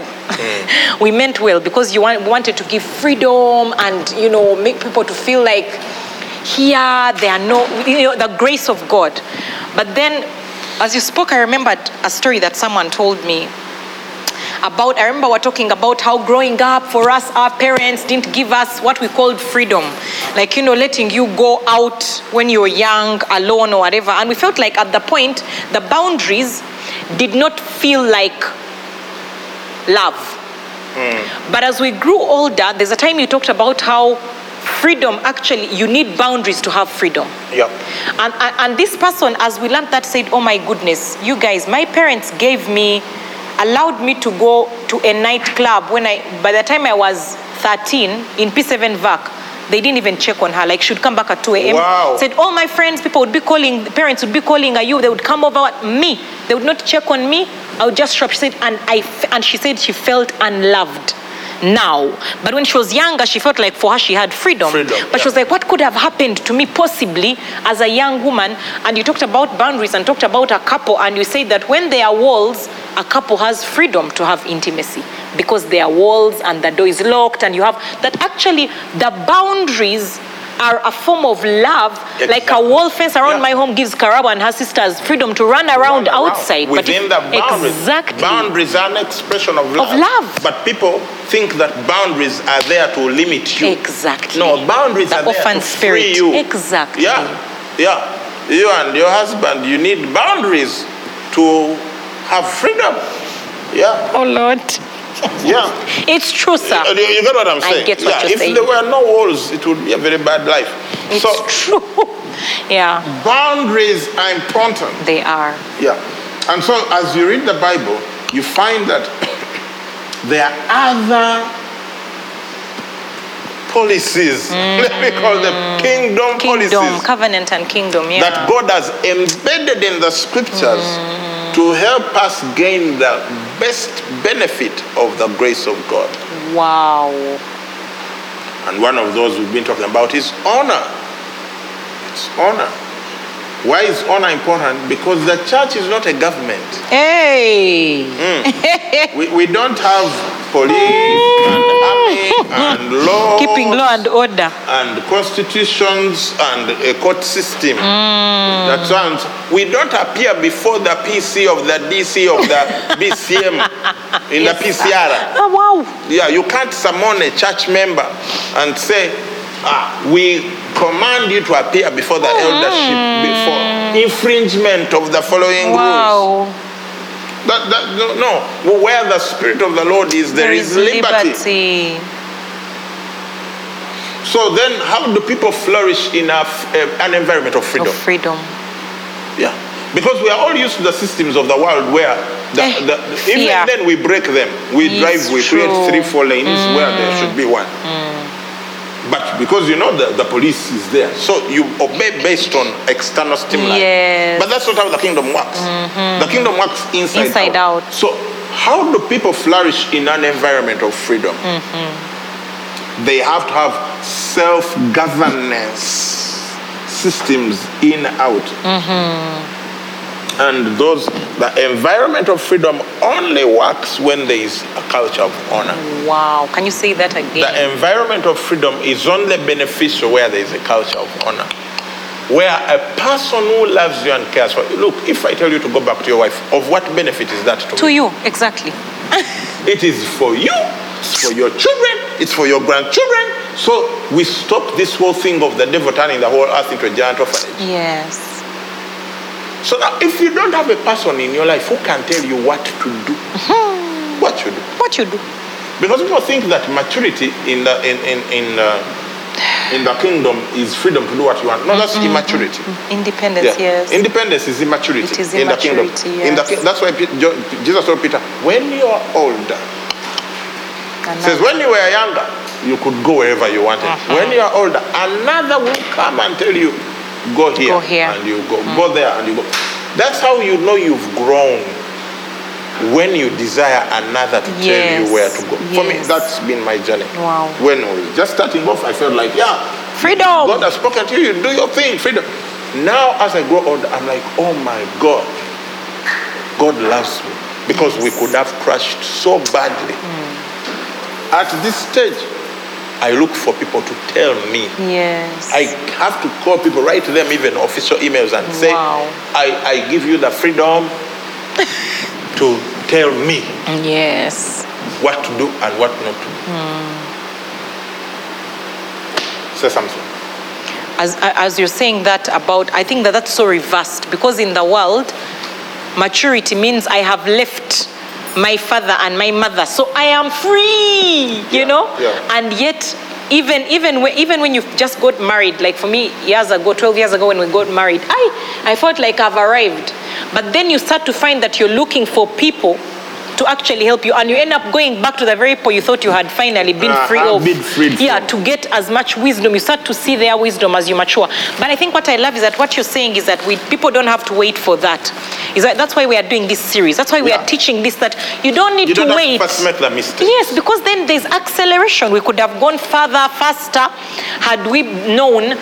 we meant well because you want, wanted to give freedom and you know make people to feel like here they are no you know, the grace of God. But then, as you spoke, I remembered a story that someone told me about i remember we're talking about how growing up for us our parents didn't give us what we called freedom like you know letting you go out when you were young alone or whatever and we felt like at the point the boundaries did not feel like love but as we grew older there's a time you talked about how freedom actually you need boundaries to have freedom Yeah. and, and, and this person, as we learned that, said, Oh my goodness, you guys, my parents gave me, allowed me to go to a nightclub when I, by the time I was 13 in P7 VAC. They didn't even check on her. Like she'd come back at 2 a.m. Wow. Said all my friends, people would be calling, parents would be calling. Are you? They would come over at me. They would not check on me. I would just shop. She said, and I f- and she said she felt unloved now. But when she was younger, she felt like for her she had freedom. Freedom, But yeah. she was like like what could have happened to me possibly as a young woman and you talked about boundaries and talked about a couple and you said that when there are walls a couple has freedom to have intimacy because there are walls and the door is locked and you have that actually the boundaries are a form of love like a Exactly. wall fence around Yeah. my home gives Karawa and her sisters freedom to run around, Run around outside but Within if- the boundaries. exactly Boundaries are an expression of love. love. But people think that boundaries are there to limit you. exactly No, boundaries the are there orphan to spirit free you. exactly Yeah, yeah. You and your husband, you need boundaries to have freedom. Yeah, oh lord yeah. it's true sir You, you get what I'm I saying? get what yeah. you're if saying. there were no walls, it would be a very bad life. it's so true yeah boundaries are important. They are. Yeah. And so as you read the Bible, you find that there are other policies. Let me call them kingdom, Mm. Kingdom, policies. covenant and kingdom, yeah. that God has embedded in the scriptures to help us gain the best benefit of the grace of God. wow. And one of those we've been talking about is honor. It's honor. Why is honor important? Because the church is not a government. Hey. Oh. We, we don't have police and army and law Keeping law and order. and constitutions and a court system. Mm. That sounds. We don't appear before the PC of the DC of the BCM in the PCR. Oh, wow. Yeah, you can't summon a church member and say, ah, we command you to appear before the eldership before infringement of the following rules. Wow. That, that, no, no, where the spirit of the Lord is, there is liberty. liberty. So then, how do people flourish in a f- a- an environment of freedom? Of freedom. Yeah. Because we are all used to the systems of the world where the, Eh, the, even fear. then we break them. We It's drive, we true. Mm. create three, four lanes where there should be one. But because you know the, the police is there, so you obey based on external stimuli. Yes. Mm-hmm. But that's not how the kingdom works. The kingdom works inside, Inside out. So, how do people flourish in an environment of freedom? Mm-hmm. They have to have self governance systems in out Mm-hmm. and those the environment of freedom only works when there is a culture of honor Wow. Can you say that again? the environment of freedom is only beneficial where there is a culture of honor where a person who loves you and cares for you look if i tell you to go back to your wife of what benefit is that to, to me you, exactly. it is for you, it's for your children, it's for your grandchildren. So we stop this whole thing of the devil turning the whole earth into a giant orphanage. Yes. So now, if you don't have a person in your life who can tell you what to do, Mm-hmm. what you do, What you do? because people think that maturity in the in in in, uh, in the kingdom is freedom to do what you want. No, that's immaturity. Independence, Mm-hmm. yes. Independence is immaturity It is in the kingdom. immaturity, In the, yes. ki- that's why Pe- Jo- Jesus told Peter, when you are older, And says when you were younger, you could go wherever you wanted. Uh-huh. When you are older, another will come and tell you, go here, Go here. Mm. and you go, go there and you go. That's how you know you've grown when you desire another to tell Yes, you where to go. For me, yes. that's been my journey. Wow. When I was just starting off, I felt like, yeah, freedom. God has spoken to you, you do your thing, freedom. Now, as I grow older, I'm like, oh my God, God loves me. Because we could have crashed so badly. Hmm. At this stage, I look for people to tell me. Yes. I have to call people, write them even official emails and say, Wow. I, I give you the freedom to tell me yes. what to do and what not to do. Hmm. Say something. As, as you're saying that about, I think that that's so reversed because in the world, maturity means I have left my father and my mother, so I am free, you Yeah, know. yeah. And yet, even even when, even when you've just got married, like for me years ago, 12 years ago when we got married, I I felt like I've arrived, but then you start to find that you're looking for people. To actually help you, and you end up going back to the very people you thought you had finally been Uh, free I've of. been freed yeah, from. to get as much wisdom. You start to see their wisdom as you mature. But I think what I love is that what you're saying is that we people don't have to wait for that. Is that that's why we are doing this series. That's why we Yeah. are teaching this that you don't need You don't to have wait. to first make the mistake. Yes, because then there's acceleration. We could have gone further, faster, had we known.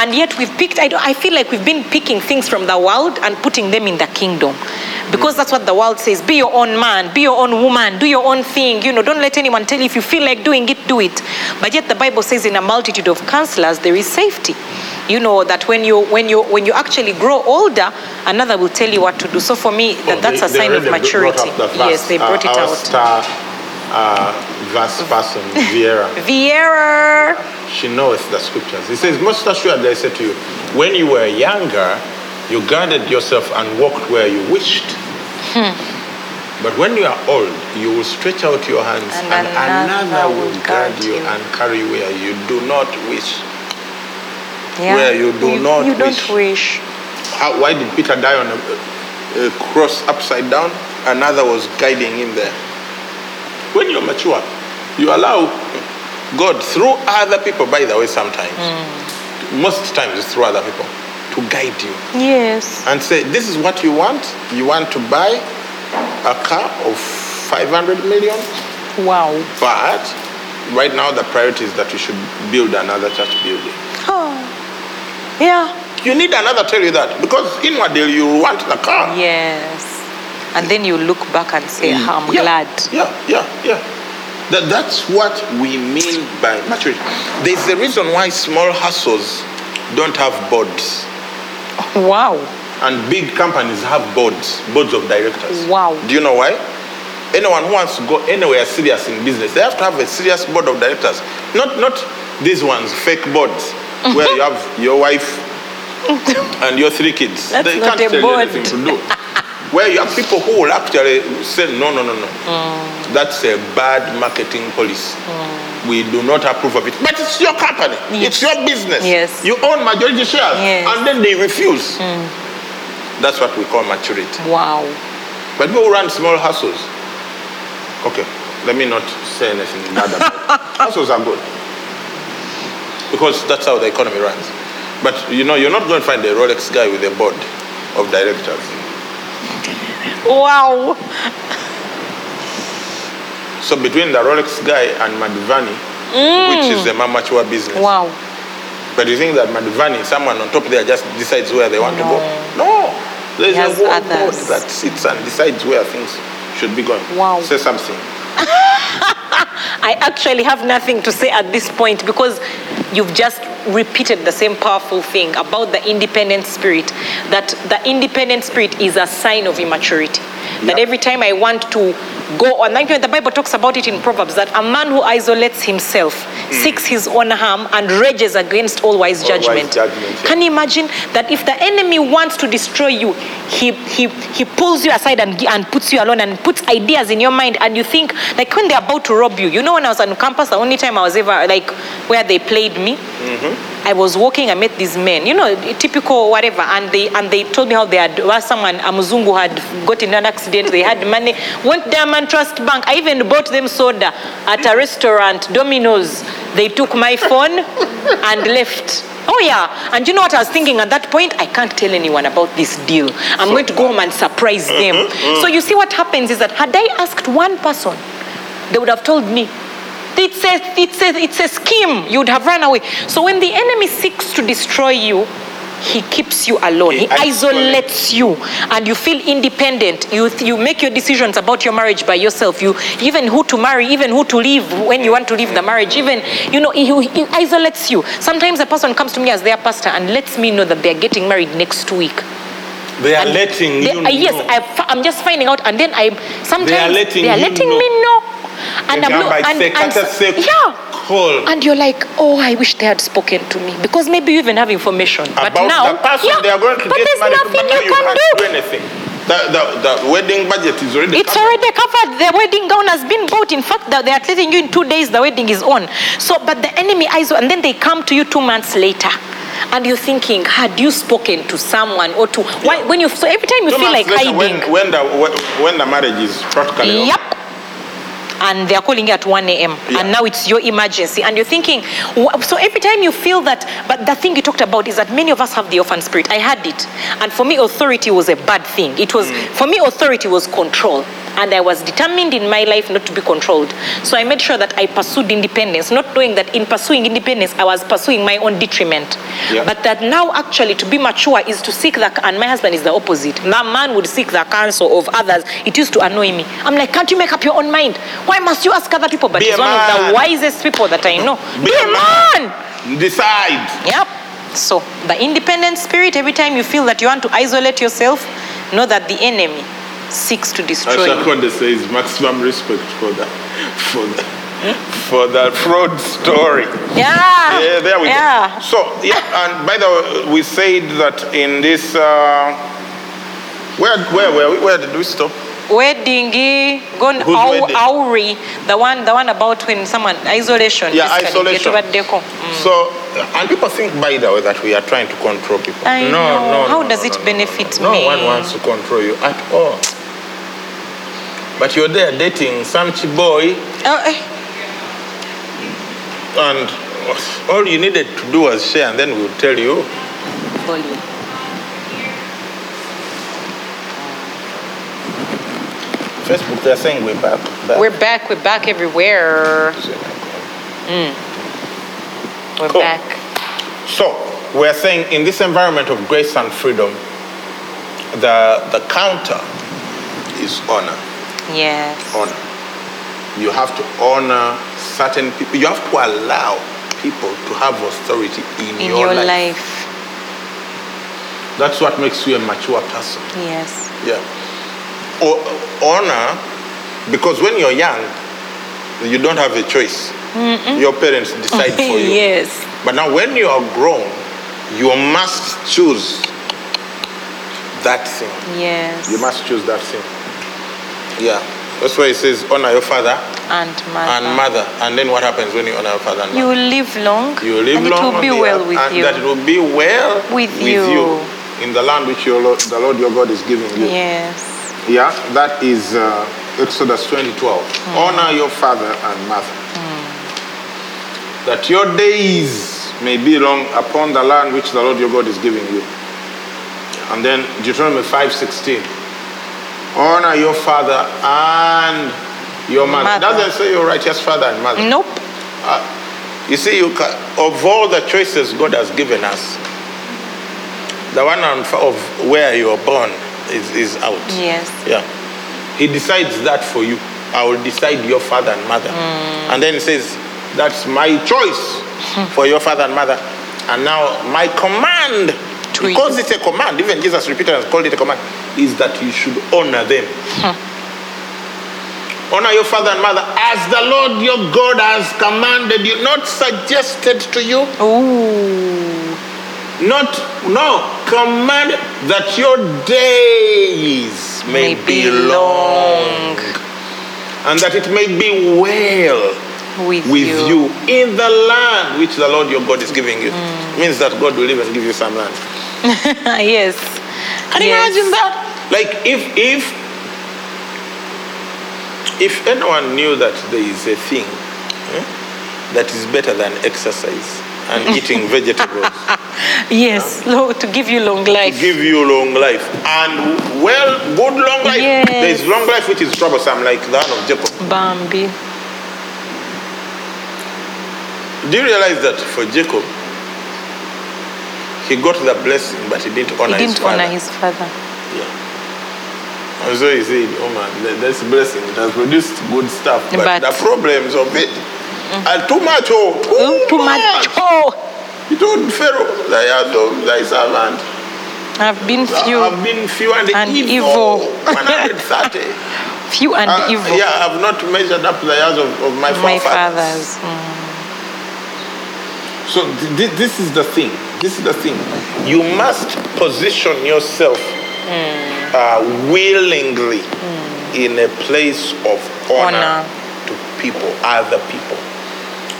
And yet we've picked, I, don't, I feel like we've been picking things from the world and putting them in the kingdom. Because that's what the world says be your own man, be your own woman, do your own thing. You know, don't let anyone tell you if you feel like doing it, do it. But yet the Bible says in a multitude of counselors, there is safety. You know that when you when you when you actually grow older, another will tell you what to do. So for me, that, Oh, that's they- a they sign of already brought maturity. up the verse, yes, they uh, brought it our out. Star, uh, verse person, Vieira, Vieira. she knows the scriptures. It says, Most assuredly, I say to you, when you were younger, you guarded yourself and walked where you wished. Hmm. But when you are old, you will stretch out your hands, and, And another, another will will guard guard you, you. and carry you where you do not wish. Yeah. Where you do not you wish. don't wish. How, why did Peter die on a, a cross upside down? Another was guiding him there. When you're mature, you allow God through other people, by the way, sometimes, most times it's through other people, to guide you Yes. and say, This is what you want. You want to buy a car of 500 million, Wow. but right now the priority is that you should build another church building. Yeah. You need another tell you that because inwardly you want the car. Yes. And then you look back and say, Mm. I'm Yeah, glad. Yeah, yeah, yeah. That, that's what we mean by maturity. There's a reason why small hustles don't have boards Wow. and big companies have boards, boards of directors. Wow. Do you know why? Anyone who wants to go anywhere serious in business, they have to have a serious board of directors. Not not these ones, fake boards, where you have your wife and your three kids. That's they not can't a tell board. you anything to do. where you have people who will actually say, no, no, no, no. Mm. That's a bad marketing policy. We do not approve of it. But it's your company. Yes. It's your business. Yes. You own majority shares. Yes. Hmm. And then they refuse. That's what we call maturity. Wow. But people who run small hustles, okay, let me not say anything bad about it. Hustles are good because that's how the economy runs. But you know, you're not going to find a Rolex guy with a board of directors. Wow. So between the Rolex guy and Madivani, which is a Mamachua business, Hmm. Wow. but you think that Madivani, someone on top there, just decides where they want to go? No. There's He a has whole board others. that sits and decides where things should be going. Wow. Say something. I actually have nothing to say at this point because you've just repeated the same powerful thing about the independent spirit that the independent spirit is a sign of immaturity. That every time I want to go on, like the Bible talks about it in Proverbs that a man who isolates himself seeks his own harm and rages against Hmm. all wise All wise judgment. judgment, yeah. Can you imagine that if the enemy wants to destroy you, he, he, he pulls you aside and, gi- and puts you alone and puts ideas in your mind and you think, like when they're about to rob you. You know when I was on campus, the only time I was ever, like where they played me, I was walking, I met these men, you know, typical whatever, and they and they told me how they had well, someone a Mzungu had got in an accident, they had money, went Diamond Trust Bank. I even bought them soda at a restaurant, Domino's. They took my phone and left. Oh yeah, and you know what I was thinking at that point? I can't tell anyone about this deal. I'm going to go home and surprise them. So you see what happens is that had I asked one person, they would have told me it's a, it's a, it's a scheme you would have run away so when the enemy seeks to destroy you he keeps you alone. He, He isolates you, and you feel independent. You, you make your decisions about your marriage by yourself. You even who to marry, even who to leave when you want to leave the marriage. Even you know he, he isolates you. Sometimes a person comes to me as their pastor and lets me know that they are getting married next week. They are And letting they- you uh, yes, know. I, fi- I'm just finding out, and then I sometimes letting they are you letting know. me know, and I'm They lo- are and, and kata s- se yeah, call and you're like, oh, I wish they had spoken to me because maybe you even have information, but about now the person yeah, they are going to but get there's married to, nothing but now you can can't do. do anything. The, the, the wedding budget is already It's covered. already covered. The wedding gown has been bought. In fact, they- they are telling you in two days the wedding is on. So, but the enemy eyes, and then they come to you two months later. And you're thinking, had you spoken to someone or to why when you so every time you Two feel like months later, hiding, when, when, the, when the marriage is practically over. Yep. And they're calling you at 1 a.m. Yeah. And now it's your emergency. And you're thinking, wha- so every time you feel that, but the thing you talked about is that many of us have the orphan spirit. I had it. And for me, authority was a bad thing. It was, for me, authority was control. And I was determined in my life not to be controlled. So I made sure that I pursued independence, not knowing that in pursuing independence, I was pursuing my own detriment. Yeah. But that now actually to be mature is to seek the and my husband is the opposite that man would seek the counsel of others it used to annoy me i'm like can't you make up your own mind why must you ask other people but Be a he's one of the man. wisest people that i know Be be a a man Decide. yep so the independent spirit every time you feel that you want to isolate yourself know that the enemy seeks to destroy you Ashakonde says maximum respect for the, for the, for the fraud story. yeah Yeah, there we go. Ah. yeah So, yeah, and by the way, we said that in this, uh, where, where, where, where did we stop? Mm. wedding eh, gone Whose au, wedding? auri the one the one about when someone isolation Yeah, basically, isolation. get what they call. Mm. So, uh, and people think, by the way, that we are trying to control people. no, I know. no. How no, does no, it no, benefit no, no. me? No one wants to control you at all. But you're there dating some chi- boy, Oh, eh. and all you needed to do was share, and then we'll tell you. volume. Facebook, they're saying we're back. back. We're back. We're back everywhere. We're Cool. back. So we're saying in this environment of grace and freedom, the the counter is honor. Yes. Honor. You have to honor certain people. You have to allow people to have authority in, In your, life. That's what makes you a mature person. Yes. Yeah. Or honor, because when you're young, you don't have a choice. Your parents decide for you. yes. But now, when you are grown, you must choose that thing. Yes. You must choose that thing. Yeah. That's why it says honor your father and mother. and mother. And then what happens when you honor your father and You mother? will live long. You live and long It will on be the well earth, with and you. That it will be well With you. you. in the land which your Lord, the Lord your God is giving you. Yes. Yeah, that is uh, Exodus 20:12. Hmm. Honor your father and mother, Hmm. that your days may be long upon the land which the Lord your God is giving you. And then Deuteronomy 5:16. Honor your father and your mother. Mother. Doesn't say your righteous father and mother. Nope. Uh, you see, you ca of all the choices God has given us, the one on, of where you are born is, is out. Yes. Yeah. He decides that for you. I will decide your father Mm. and mother. And then he says, That's my choice for your father and mother. And now my command, To you. because it's a command, even Jesus repeated and called it a command, is that you should honor them. Honor your father and mother as the Lord your God has commanded you, not suggested to you, Ooh. not no command that your days may, be long and that it may be well with, with you. in the land which the Lord your God is giving you. Mm. Means that God will even give you some land. yes. Can you Yes. imagine that? Like if if if anyone knew that there is a thing eh, that is better than exercise and eating vegetables Yes, Lord, to give you long to life. give you long life and well good long life Yes. there is long life which is troublesome like the one of jacob Bambi. Do you realize that for Jacob, he got the blessing, but he didn't honor he his didn't father. honor his father. Yeah. And so he said, "Oh man, th- that's a blessing. It has produced good stuff, but, But- the problems of it are too much. Oh, too, Oh, too much. Oh, He told Pharaoh, "Thy Adam, thy servant, uh, I've been have few, been few and, and evil, evil." 130. few and Uh, evil. Yeah, I've not measured up the years of, of my, My forefathers. fathers. So th- th- this is the thing. This is the thing. You must position yourself Hmm. uh, willingly in a place of honor, Honor. to people, other people.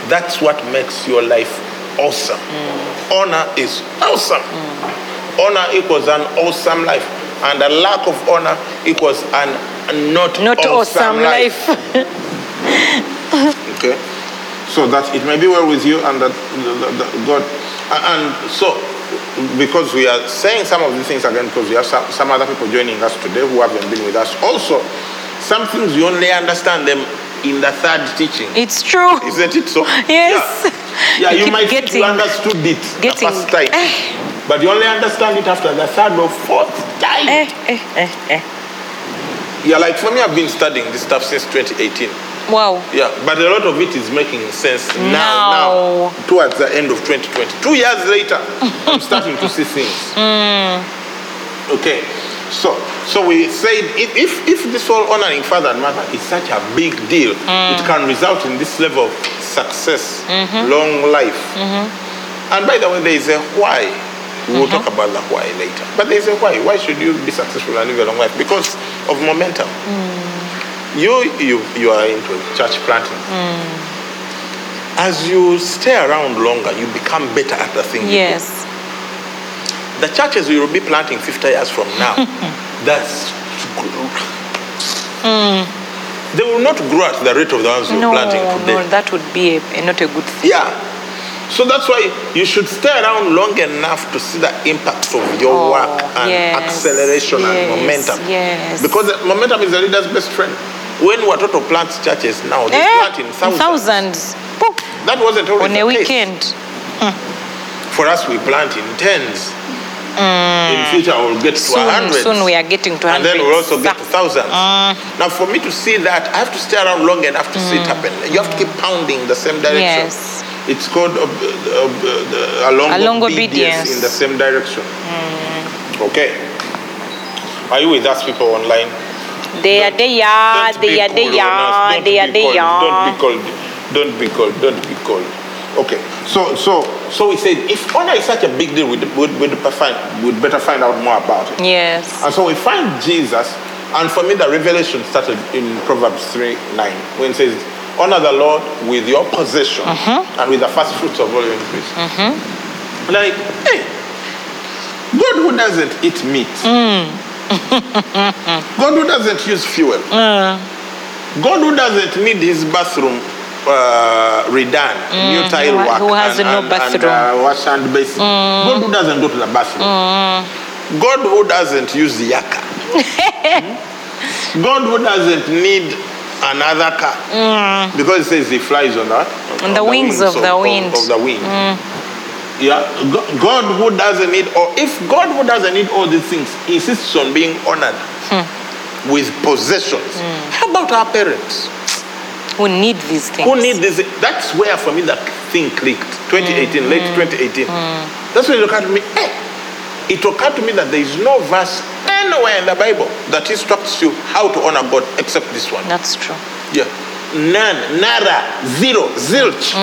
That's what makes your life awesome. Hmm. Honor is awesome. Honor equals an awesome life, and a lack of honor equals an a not Not awesome, life. life. Okay? So that it may be well with you and that, that- that God. a- And so, because we are saying some of these things again, because we have some, some other people joining us today who haven't been with us. Also, some things you only understand them in the third teaching. It's true. Isn't it so? Yes. Yeah, yeah You you, keep might think you getting- understood it the getting- first time. Eh. But you only understand it after the third or fourth time. Eh, eh, eh, eh. Yeah, like for me, I've been studying this stuff since 2018. Wow. Yeah, but a lot of it is making sense Now. now, now, towards the end of 2020. Two years later, I'm starting to see things. Okay, so so we said if, if, if this whole honoring father and mother is such a big deal, it can result in this level of success, long life. And by the way, there is a why. We will Mm-hmm. talk about the why later. But there is a why. Why should you be successful and live a long life? Because of momentum Mm. you you you are into church planting. As you stay around longer, you become better at the thing. you do. Yes. The churches you will be planting 50 years from now, that's they will not grow at the rate of the ones you're Mm. No, planting today. no, that would be a, a- not a good thing. Yeah. So that's why you should stay around long enough to see the impact of your Oh, work and yes, acceleration yes, and momentum. yes. Because uh, momentum is the leader's best friend. When Watoto plants churches now, they Eh, plant in thousands. thousands. Poof. That wasn't always On a the case. weekend. For us, we plant in tens. In future, we'll get to a Mm. Soon, hundreds. soon we are getting to And then we'll also get to Sa- thousands. Uh-huh. Now, for me to see that, I have to stay around long enough to see it happen. You have to keep pounding the same direction. Mm. Yes. It's called ob- ob- the- a long, A long obedience, obedience. Mm. in the same direction. Okay. Are you with us, people online? They are, they are, Don't be Ah, they are, cold they on us. are, Don't they are, be they cold. are. Don't be cold. Don't be cold. Don't be cold. Okay. So so so we said if honor is such a big deal, we'd, we'd, we'd, find, we'd better find out more about it. Yes. And so we find Jesus, and for me, the revelation started in Proverbs 3 9, when it says, Honor the Lord with your possession Mm-hmm. and with the first fruits of all your increase. Like, hey, God who doesn't eat meat, Mm. God who doesn't use fuel, Mm. God who doesn't need his bathroom. Uh, redone, new tile Mm. who- work, who has and, no and- and, bathroom. Mm. uh, wash and basin. God who doesn't go to the bathroom. God who doesn't use yaka. God who doesn't need another car. Because it says he flies on that. Mm. On the wings of the wind. Mm. Of, the wind. Yeah, Go- God who doesn't need, or if God who doesn't need all these things insists on being honored Hmm. with possessions, how about our parents Who need these things? who need this? That's where for me the thing clicked. Hmm. 2018, late 2018. That's when it occurred to me, eh, it occurred to me that there is no verse anywhere in the Bible that instructs you how to honor God except this one. That's true. Yeah. None, nada, zero, zilch.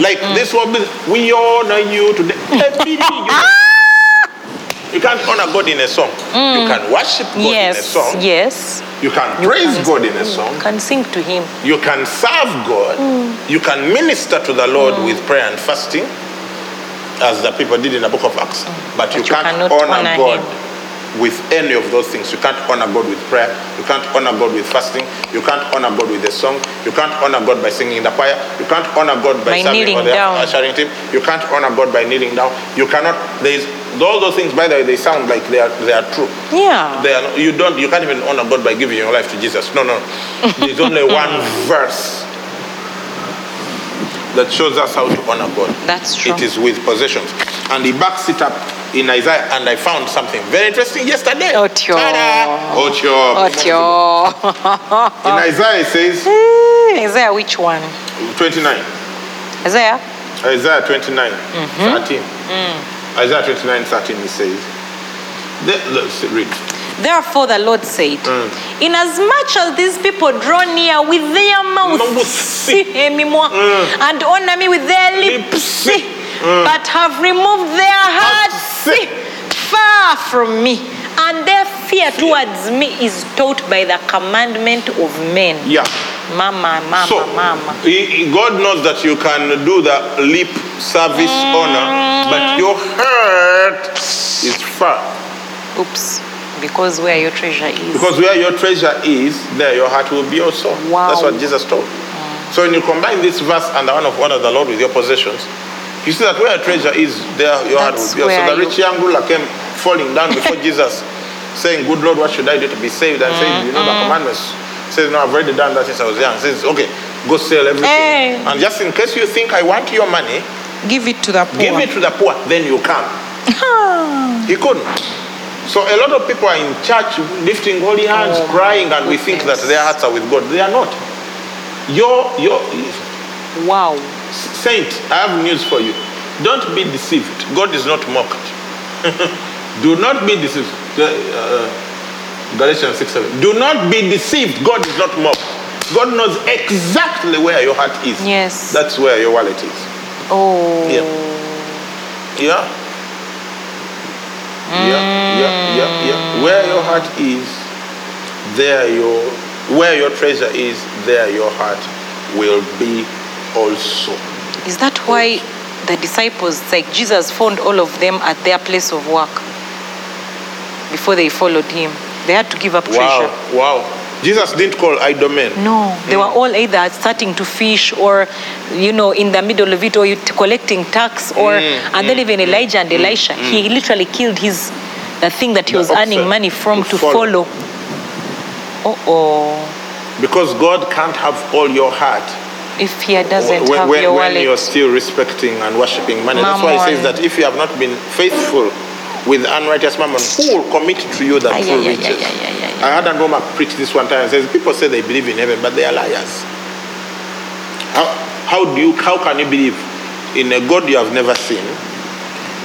like this one, we honor you today. Every day you, you can't honor God in a song. You can worship God in a yes. song. Yes. You can praise can- God in a song. Can sing to him. You can serve God. Mm. You can minister to the Lord with prayer and fasting, as the people did in the book of Acts. But, you Mm. you can't cannot honor, honor God with any of those things. You can't honor God with prayer. You can't honor God with fasting. You can't honor God with a song. You can't honor God by singing in the choir. You can't honor God by, By serving kneeling on the down. ushering team. You can't honor God by kneeling down. You cannot. There is all those things. By the way, they sound like they are they are true. Yeah. They are not- you don't you can't even honor God by giving your life to Jesus. No, no. There's only one verse that shows us how to honor God. That's true. It is with possessions. And he backs it up in Isaiah and I found something very interesting yesterday. Otyo. Ta-da! Otyo. Otyo. In Isaiah it says Isaiah, which one? 29. Isaiah? Isaiah 29, Mm-hmm. 13. Mm. Isaiah 29, 13 it says. The- Let's read. Therefore, the Lord said, Inasmuch as these people draw near with their mouths eh, Mouths. and honor me with their lips, Lips. Mm. but have removed their hearts far from me, and their fear towards me is taught by the commandment of men. Yeah. Mama, mama, So, mama. he- he- God knows that you can do the lip service honor, but your heart is far. Oops. Because where your treasure is. Because where your treasure is, there your heart will be also. Wow. That's what Jesus told. So when you combine this verse and the one of honor the Lord with your possessions, you see that where your treasure is, there your heart will be That's also. where The you- rich young ruler came falling down before Jesus, saying, Good Lord, what should I do to be saved? And saying, You know Mm-hmm. the commandments. Says, No, I've already done that since I was young. Says, Okay, go sell everything. Hey. And just in case you think I want your money, Give it to the poor. Give it to the poor, then you come. Ah. he couldn't. So a lot of people are in church lifting holy hands, Oh, crying, and we think that goodness. their hearts are with God. They are not. Your your Wow. saint, I have news for you. Don't be deceived. God is not mocked. Do not be deceived. Uh, uh, Galatians 6 7. Do not be deceived. God is not mocked. God knows exactly where your heart is. Yes. That's where your wallet is. Oh. Yeah. Yeah. Yeah, yeah, yeah, yeah. Where your heart is, there your where your treasure is, there your heart will be also. Is that why the disciples, like Jesus, found all of them at their place of work before they followed him? They had to give up treasure. Wow, wow. Jesus didn't call idle men. No, they were all either starting to fish or, you know, in the middle of it, or you t- collecting tax, or Mm, and then even Elijah and Elisha, he literally killed his the thing that he The was earning oxen money from to to follow. follow. Oh oh, Because God can't have all your heart if he doesn't when, have when, your when wallet, you're still respecting and worshipping money. That's why he says Mammon. that if you have not been faithful with unrighteous mammon, who will commit to you that Ay, true ay, ay, riches? ay, ay, ay, ay, ay. I had an woman preach this one time and says, people say they believe in heaven, but they are liars. How, how do you, how can you believe in a God you have never seen,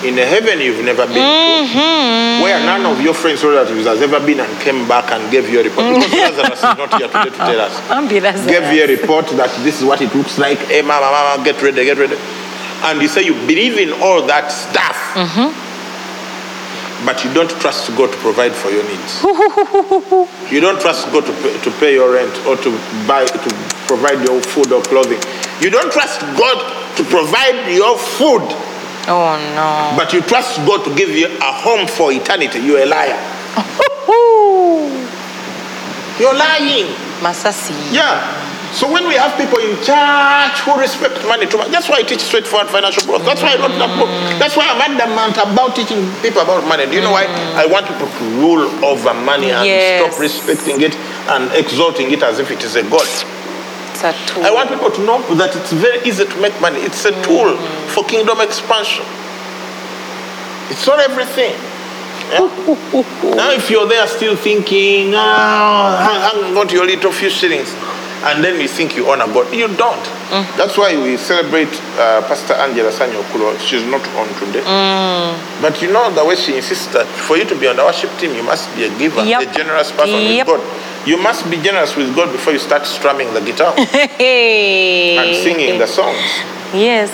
in a heaven you've never been to, where none of your friends or relatives has ever been and came back and gave you a report? Because Lazarus is not here today to tell us Ambulance. gave you a report that this is what it looks like. Hey, mama, mama, get ready, get ready. And you say you believe in all that stuff, but you don't trust God to provide for your needs. you don't trust God to pay, to pay your rent or to buy to provide your food or clothing. You don't trust God to provide your food, Oh no. but you trust God to give you a home for eternity. You're a liar. You're lying. Masasi. Yeah. So when we have people in church who respect money too much, that's why I teach straightforward financial growth. That's why I wrote that book. That's why I'm adamant about teaching people about money. Do you know why? I want people to rule over money and Yes. stop respecting it and exalting it as if it is a god. It's a tool. I want people to know that it's very easy to make money. It's a tool for kingdom expansion. It's not everything. Yeah? "Ah, now, if you're there still thinking, oh, hang, hang on to your little few shillings, and then you think you honor God. You don't. That's why we celebrate uh, Pastor Angela Sanyo Okulo. She's not on today. Mm. But you know the way she insists that for you to be on the worship team, you must be a giver, Yep. a generous person Yep. with God. You must be generous with God before you start strumming the guitar and singing the songs. Yes.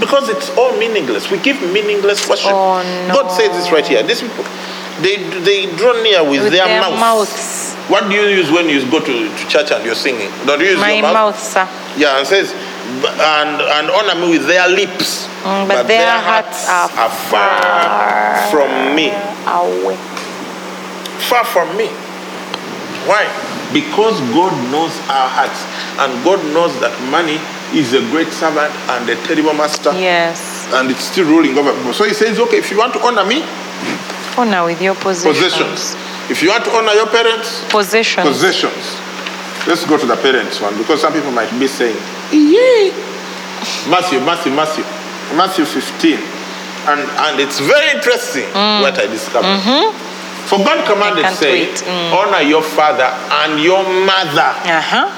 Because it's all meaningless. We give meaningless worship. Oh, no. God says this right here. These people, they, they draw near with, With their, their mouth. mouths. What do you use when you go to, to church and you're singing? Don't you use My your mouth? mouth, sir. Yeah, and says, "B- and, and honor me with their lips. Mm, but their hearts are far from me. Away. Far from me. Why? Because God knows our hearts. And God knows that money is a great servant and a terrible master Yes. and it's still ruling over people. So he says, okay, if you want to honor me, Honor with your possessions. possessions. If you want to honor your parents, Possessions. possessions. Let's go to the parents one because some people might be saying, Matthew, Matthew, Matthew, Matthew 15. And, and it's very interesting what I discovered. For God commanded, Mm. Mm-hmm. can't say, wait. Mm. honor your father and your mother. uh-huh.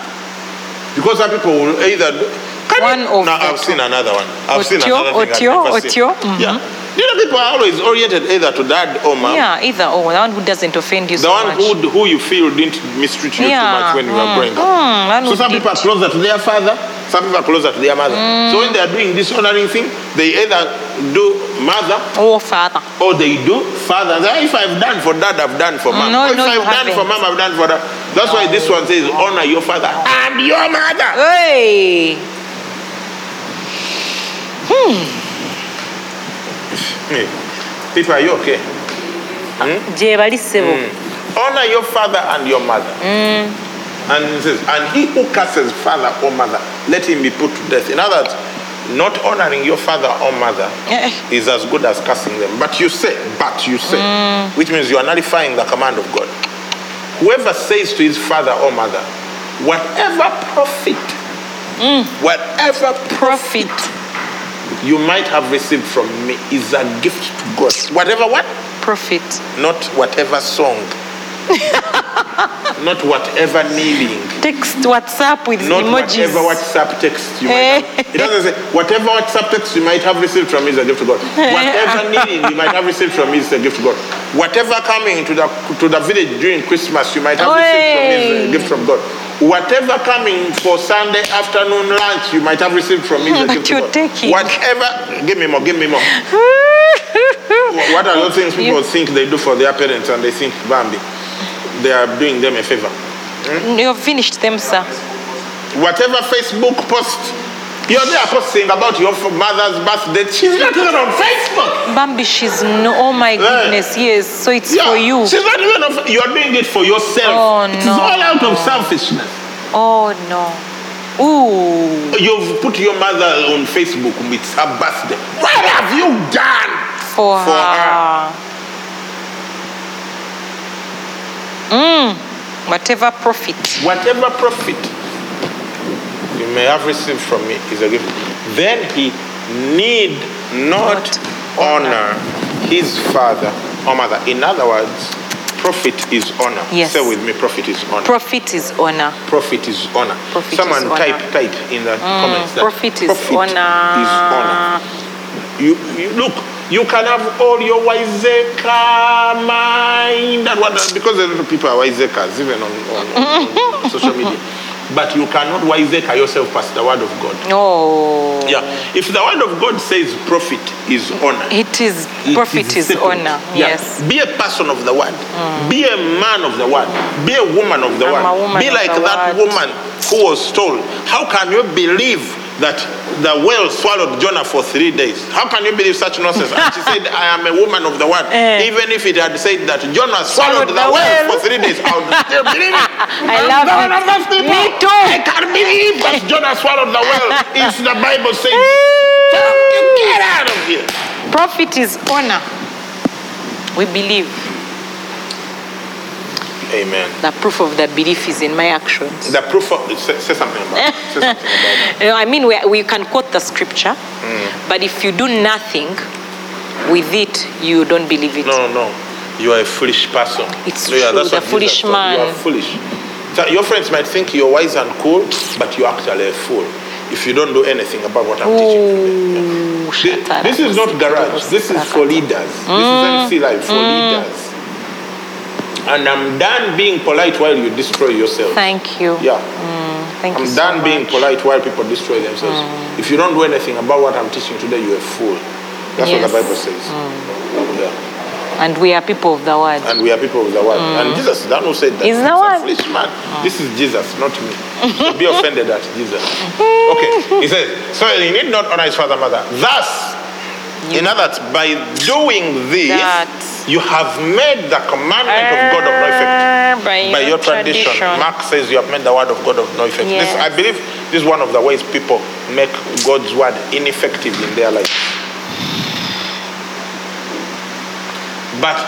Because some people will either do, Can One you, of no, the I've two. seen another one. I've seen Otio, another thing Otio, I've never seen. Otio, mhm. Yeah. You know, people are always oriented either to dad or mom. Yeah, either or. The one who doesn't offend you Um, The so one much. who, who you feel didn't mistreat you too Yeah, much when you were mm, growing up. mm, that so would some be- people are closer to their father, some people are closer to their mother. So when they are doing this honoring thing, they either do mother Or father. or they do father. They, if I've done for dad, I've done for mom. No, if no, I've you done for haven't. mom, I've done for dad. That's why this one says honor your father and your Uh. mother. Hey! Hey, People, are you okay? Je bali Mm. sebo. Honor your father and your mother. And it says, and he who curses father or mother, let him be put to death. In other words, not honoring your father or mother Eh. is as good as cursing them. But you say, but you say, which means you are nullifying the command of God. Whoever says to his father or mother, whatever profit, whatever Profit. you might have received from me is a gift to God. Whatever what? Profit. not whatever song, not whatever kneeling, Text WhatsApp with not emojis. whatever WhatsApp text you might have. It doesn't say whatever WhatsApp text you might have received from me is a gift to God. Whatever kneeling you might have received from me is a gift to God. Whatever coming to the to the village during Christmas you might have received from me is a gift from God. Whatever coming for Sunday afternoon lunch you might have received from me is a But gift you're to God. taking. Whatever, give me more, give me more. Wh- What are those things people think they do for their parents and they think Bambi? They are doing them a favor. you finished them, sir. Whatever Facebook post, you're there posting about your f- mother's birthday. She's not even on Facebook. Bambi, she's no. Oh my goodness, yes. So it's Yeah, for you. She's not even on. You're doing it for yourself. Oh, It's no. all out of selfishness. Oh no. Ooh. You've put your mother on Facebook. It's her birthday. What have you done? For, For her. her. Mm. Whatever profit. whatever profit you may have received from me is a gift. Then he need not Not honor his father or mother. In other words, profit is honor. Yes. Say with me, profit is honor. Profit is honor. profit is honor. Profit is Someone honor. Mm, type type in the comments. That profit is honor. is honor. You, you look. You can have all your wiseka mind and whatnot because a lot of people are wisekas even on, on, on, on social media. But you cannot wiseka yourself past the word of God. Oh. Yeah. If the word of God says profit is honor, It is it profit is, settled. honor. Yeah. Yes. Mm. Be a person of the word. Be a man of the word. Be a woman of the word. I'm a woman Be of like the that word. woman who was told, How can you believe that the whale swallowed Jonah for three days? How can you believe such nonsense? And she said, I am a woman of the word. Eh. Even if it had said that Jonah swallowed, Swallowed the, the whale whale. for three days, I would still believe it. I'm I love the it. one of those people. Me too. I can't believe that Jonah swallowed the whale. It's the Bible saying, Get out of here. Profit is honor. We believe. Amen. The proof of the belief is in my actions. The proof of say, say something about it. Say something about it. You know, Uh, I mean, we, we can quote the scripture, Mm. but if you do nothing with it, you don't believe it. No, no, no. You are a foolish person. It's No, yeah, true, that's the what Jesus foolish told. You man. are foolish. So your friends might think you're wise and cool, but you're actually a fool if you don't do anything about what I'm teaching today. Yeah. Th- shatara. This is not garage. This is for leaders. This is Mm. MC Live for leaders. And I'm done being polite while you destroy yourself. Thank you. yeah. Thank you I'm so done being much. Mm. polite while people destroy themselves. If you don't do anything about what I'm teaching today, you're a fool. That's what Yes. Mm. the Bible says. Yeah. And we are people of the word. And we are people of the world. And Jesus is the one who said that. Mm. He's the It's a one. Mm. foolish man. This is Jesus, not me. So be offended at Jesus. Okay. He says, so you need not honor his father and mother. Thus, in other words, by doing this, That. you have made the commandment of God of no effect Ah, by, by your tradition. Mark says you have made the word of God of no effect. This, Yes. I believe this is one of the ways people make God's word ineffective in their life. But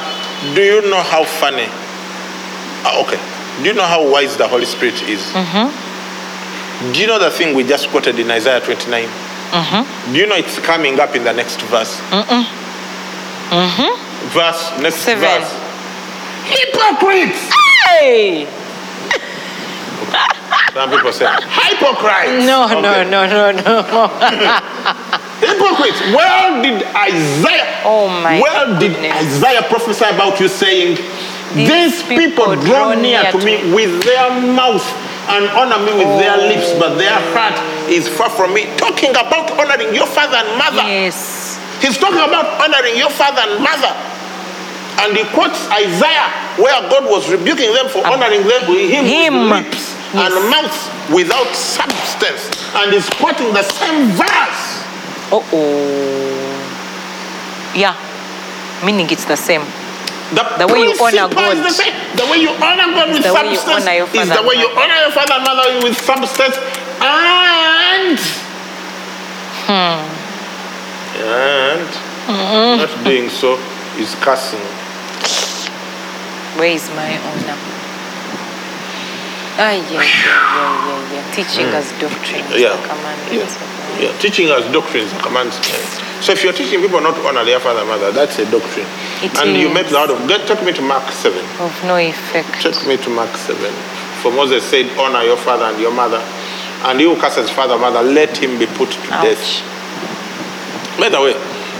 do you know how funny? ah, okay. Do you know how wise the Holy Spirit is? Mm-hmm. Do you know the thing we just quoted in Isaiah 29? Mm-hmm. Do you know it's coming up in the next verse? Verse, next Mm-hmm. Seven. verse. Hypocrites! Hey! Some people say, hypocrites. No, Okay. no, no, no, no. Hypocrites. Where did Isaiah? Oh my Where did goodness. Isaiah prophesy about you saying, These these, people, people draw near to me with their mouth and honor me with Oh. their lips, but their heart is far from me. Talking about honoring your father and mother. yes. He's talking about honoring your father and mother. And he quotes Isaiah, where God was rebuking them for honoring them, him, with Um, him. lips Yes. and mouths without substance. And he's quoting the same verse. Uh oh. Yeah. Meaning it's the same. The, The way you principle honor is God. The, same. the way you honor God with the way you substance honor your is father the and way you mother. honor your father and mother with substance. And. Hmm. And. Mm-hmm. Not doing so is cursing. Where is my honor? Ah, yeah, yeah, yeah, yeah, yeah. Teaching us doctrine. Hmm. Yeah. Commandments. of God. Yeah, teaching us doctrines and commands. So if you're teaching people not to honor their father and mother, that's a doctrine. It and you is. make the out of God. Take me to Mark 7. Of no effect. Take me to Mark 7. For Moses said, honor your father and your mother. And he who curses father and mother, let him be put to Ouch. death. By the way,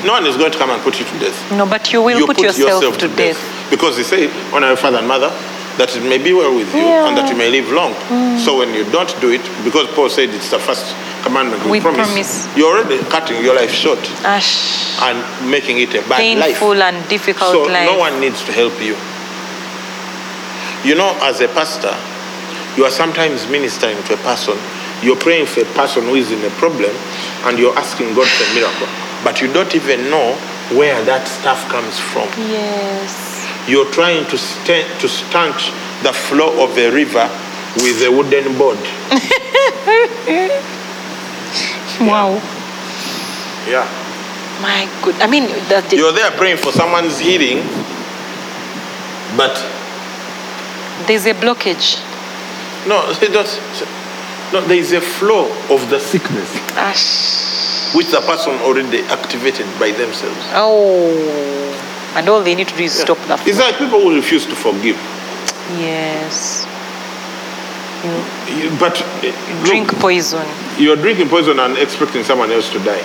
no one is going to come and put you to death. No, but you will you put, yourself, to death. Because he said, honor your father and mother, that it may be well with you and that you may live long. Mm. So when you don't do it, because Paul said it's the first commandment with, With promise. you're already cutting your life short Ash. and making it a bad life. Painful and difficult So life. no one needs to help you. You know, as a pastor, you are sometimes ministering to a person. You're praying for a person who is in a problem, and you're asking God for a miracle. But you don't even know where that stuff comes from. Yes. You're trying to sta to stanch the flow of a river with a wooden board. Wow. Yeah. My good. I mean, that You're there praying for someone's healing, but there's a blockage. no, it does- no, there is a flow of the sickness. Ash. which the person already activated by themselves. Oh. And all they need to do is stop the flow. It's like people who refuse to forgive. Yes. You- But eh, Drink look, poison. you're drinking poison and expecting someone else to die.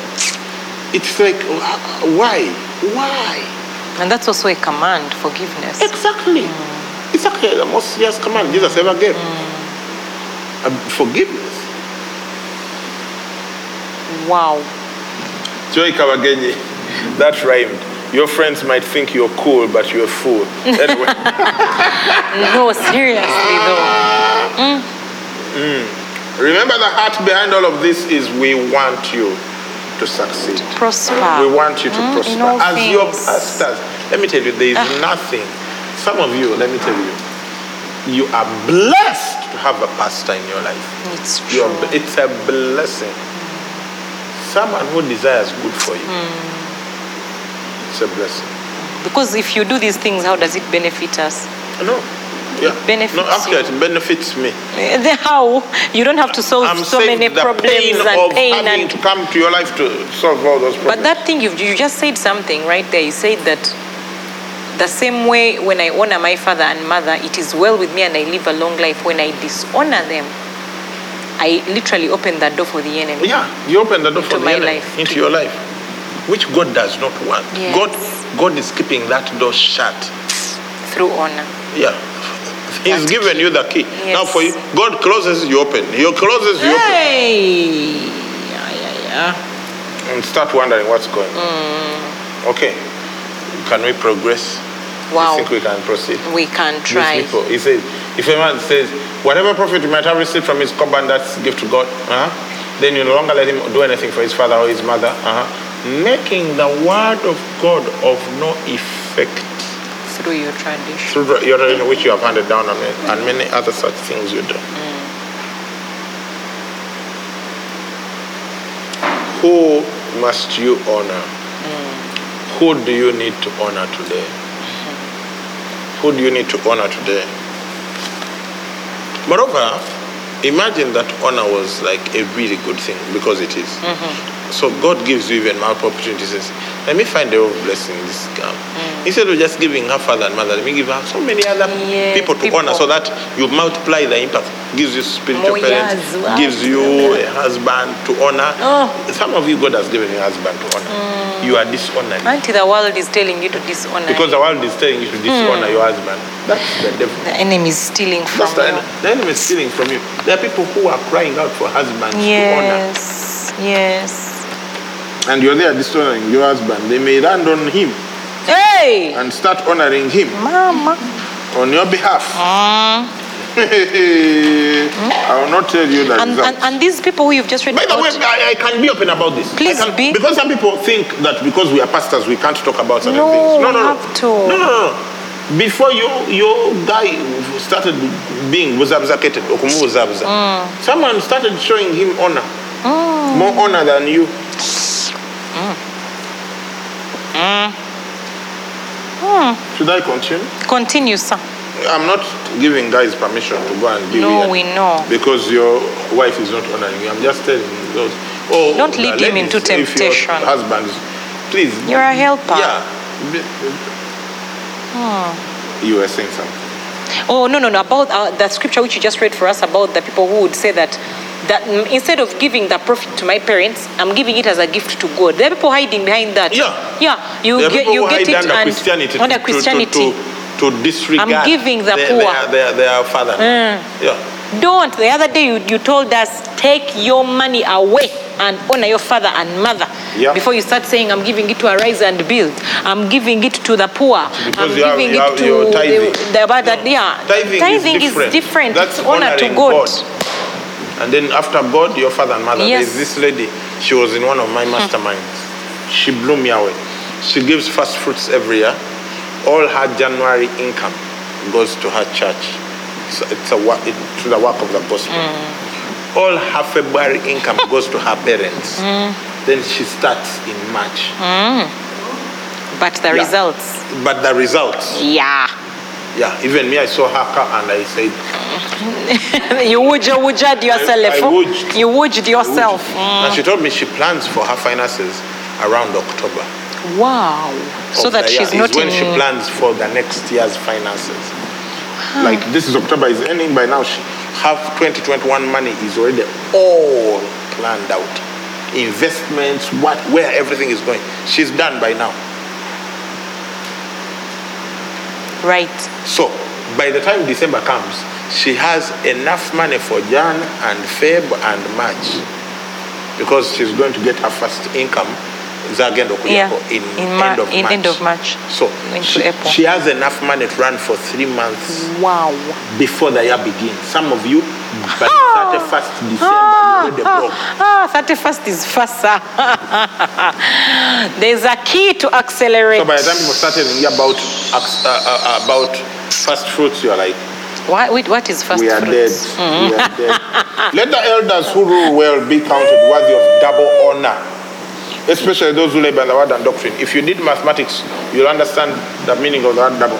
It's like, wh- why? Why? And that's also a command, forgiveness. Exactly. It's actually the most serious command Jesus ever gave. Um, forgiveness. Wow. Joy Kawagenye, that rhymed. Your friends might think you're cool, but you're a fool. Anyway. No, seriously though. Remember, the heart behind all of this is we want you to succeed. Prosper. We want you to Mm, prosper. in all As your things. Ah. pastors, let me tell you, there is nothing. Some of you, let me tell you, you are blessed to have a pastor in your life. It's true. You are, it's a blessing. Someone who desires good for you. Hmm. It's a blessing. Because if you do these things, how does it benefit us? No. Yeah. benefits no, actually, you. it benefits me. Eh, Then how? You don't have to solve I'm so saying many the problems pain and of pain having and to come to your life to solve all those problems. But that thing you you just said something right there. You said that The same way when I honor my father and mother, it is well with me and I live a long life. When I dishonor them, I literally open that door for the enemy. Yeah, you open the door for Into the my enemy, life. into your life, which God does not want. Yes. God, God is keeping that door shut. Through honor. Yeah, He's That given you the key. Now Yes. for you, God closes, you open. He closes, you open, Hey! Yeah, yeah, yeah. Mm. and start wondering what's going. on. Okay, can we progress? Wow. You think we can proceed? We can These try. people. He says, if a man says, whatever profit you might have received from his cupboard, that's gift to God, uh-huh, then you no longer let him do anything for his father or his mother, uh-huh, making the word of God of no effect Through your tradition. through the- your religion which you have handed down and ma- and many other such things you do. Who must you honor? Who do you need to honor today? Who do you need to honor today? Moreover, imagine that honor was like a really good thing because it is. Mm-hmm. So God gives you even more opportunities. He says, Let me find a way of blessing this girl. Mm. Instead of just giving her father and mother, let me give her so many other Yes, people to people. honor so that you multiply the impact. Gives you spiritual More parents, years, wow. gives you a husband to honor. Oh. Mm. Some of you, God has given you a husband to honor. You are dishonored. Until the world is telling you to dishonor. Because the world is telling you Mm. to dishonor your husband. That's the devil. the enemy is stealing from That's the you. enemy. The enemy is stealing from you. There are people who are crying out for husbands Yes. Yes. to honor. And you're there dishonoring your husband. They may land on him Hey! and start honoring him Mama. on your behalf. I will not tell you that. Mm. And, and, and these people who you've just read By the way, about. I, I can be open about this. I Please can- be. Because some people think that because we are pastors, we can't talk about certain No, things. we have to. No, no, no. Before you, your guy started being wazabzakated, okumuzabza, Mm. someone started showing him honor. More honor than you. Mm. Mm. Should I continue? Continue, sir. I'm not giving guys permission to go and be No, weird we know. Because your wife is not honoring you. I'm just telling you. those- Oh, Don't lead the him into ladies, if your temptation. Husbands, please. You're a helper. Yeah. Be- Hmm. You were saying something. Oh no no no! About uh, the scripture which you just read for us about the people who would say that that mm, instead of giving the profit to my parents, I'm giving it as a gift to God. There are people hiding behind that. Yeah. yeah. You There are get people you who get hide it under and Christianity, under to- to- To, Christianity. to, to disregard I'm giving the their, poor. Their, their, their father. Mm. Yeah. Don't. The other day you, you told us take your money away and honor your father and mother Yeah. before you start saying I'm giving it to Arise and Build. I'm giving it to the poor. I'm you have- giving you it have to your tithing. The, the, but that, yeah. Tithing, is different. That's It's honor to honoring God. And then after God, your father and mother. Yes. Hmm. There's this lady. She was in one of my masterminds. She blew me away. She gives first fruits every year. All her January income goes to her church. So it's a work, it, to the work of the gospel. Hmm. All her February income goes to her parents. Then she starts in March. Hmm. But the Yeah. results. But the results, Yeah. yeah, even me, I saw her car and I said, you would you would yourself. I would. You would yourself. Mm. And she told me she plans for her finances around October. Wow. So of that the year is she's not when in. she plans for the next year's finances. Like this is October is ending by now. She have 2021 money is already all planned out. Investments, what, where everything is going. She's done by now. right. So by the time December comes, she has enough money for Jan and Feb and March because she's going to get her first income zagendo Yeah. kuyako in, In Ma- end of in March. end of March. So Into she, April. she has enough money to run for three months Wow. before the year begins. Some of you by Ah. 31st December Ah, you already broke. ah, ah, 31st is fast, sir. There's a key to accelerate. So by the time people start telling you about ax- uh, uh, uh, about first fruits, you're like, Why- wait, what is fast we are dead. fruits? Mm-hmm. We are dead. Let the elders who rule well be counted worthy of double honor, especially those who labor in the word and doctrine. If you did mathematics, you'll understand the meaning of the word double.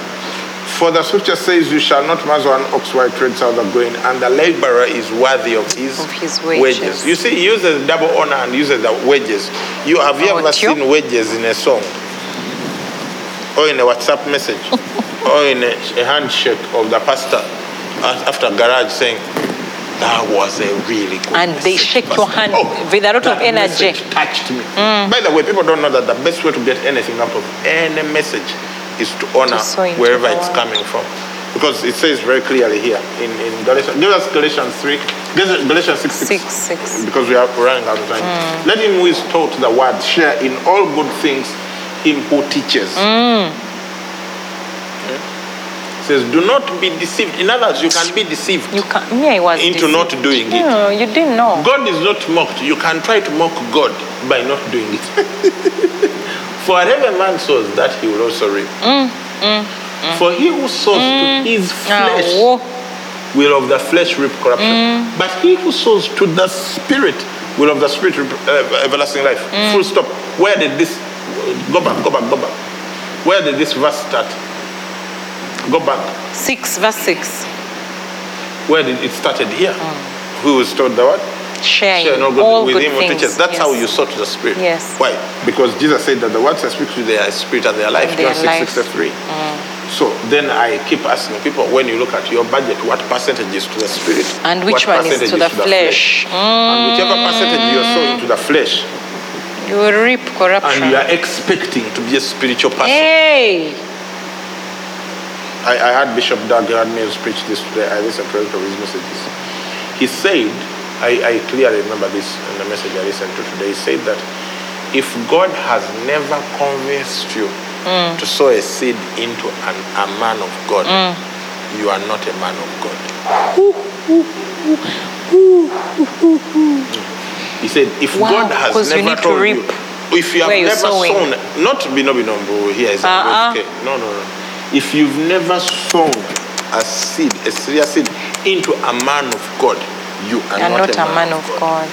For the scripture says, You shall not muzzle an ox while it treads out the grain, and the laborer is worthy of his, Of his wages. You see, he uses double honor and uses the wages. You have you Oh, ever tio. seen wages in a song? or Oh, in a WhatsApp message or in a, a handshake of the pastor a- after garage saying, that was a really good And they message, shake your pastor." Oh, hand with a lot of that energy. Mm. message touched me. By the way, people don't know that the best way to get anything out of any message is to honor sow into wherever the it's world. coming from. Because it says very clearly here in, in Galatians, give us Galatians 3, give us Galatians 6, 6. Six, six. Because we are running out of time. Mm. Let him who is taught the word share in all good things him who teaches. Mm. Okay. Says, do not be deceived. In others, you can be deceived You can. Me, I was into deceived. not doing it. No, you didn't know. God is not mocked. You can try to mock God by not doing it. For whatever man sows, that he will also reap. Mm, For he who sows to his Ah, flesh whoa. will of the flesh reap corruption. But he who sows to the spirit will of the spirit reap uh, everlasting life. Full stop. Where did this go back? Go back. Go back. Where did this verse start? Go back. Six verse six. Where did it started here? Who was told the word? Sharing share no good all with him good or things. teachers. That's yes. how you sought the spirit. Yes. Why? Because Jesus said that the words I speak to you, they are spirit and they are life. And they are John 6, life. Mm. 63. So then I keep asking people, when you look at your budget, what percentage is to the spirit? And which what one is percentage to the flesh? And whichever percentage you are sowing to the flesh, Hmm? You will reap and you corruption. are expecting to be a spiritual person. Hey, I, I had Bishop Doug Radmills preach this today. I listened to one of his messages. He said, I, I clearly remember this in the message I listened to today. He said that if God has never convinced you Mm. to sow a seed into an, a man of God, Mm. you are not a man of God. He said, if Wow, God has 'cause you never need to told reap you, if you have where you're never sowing. sown, not binobinombo here is Uh-uh. okay. No, no, no. If you've never sown a seed, a serious seed, into a man of God, you are, you are not, not a man of God.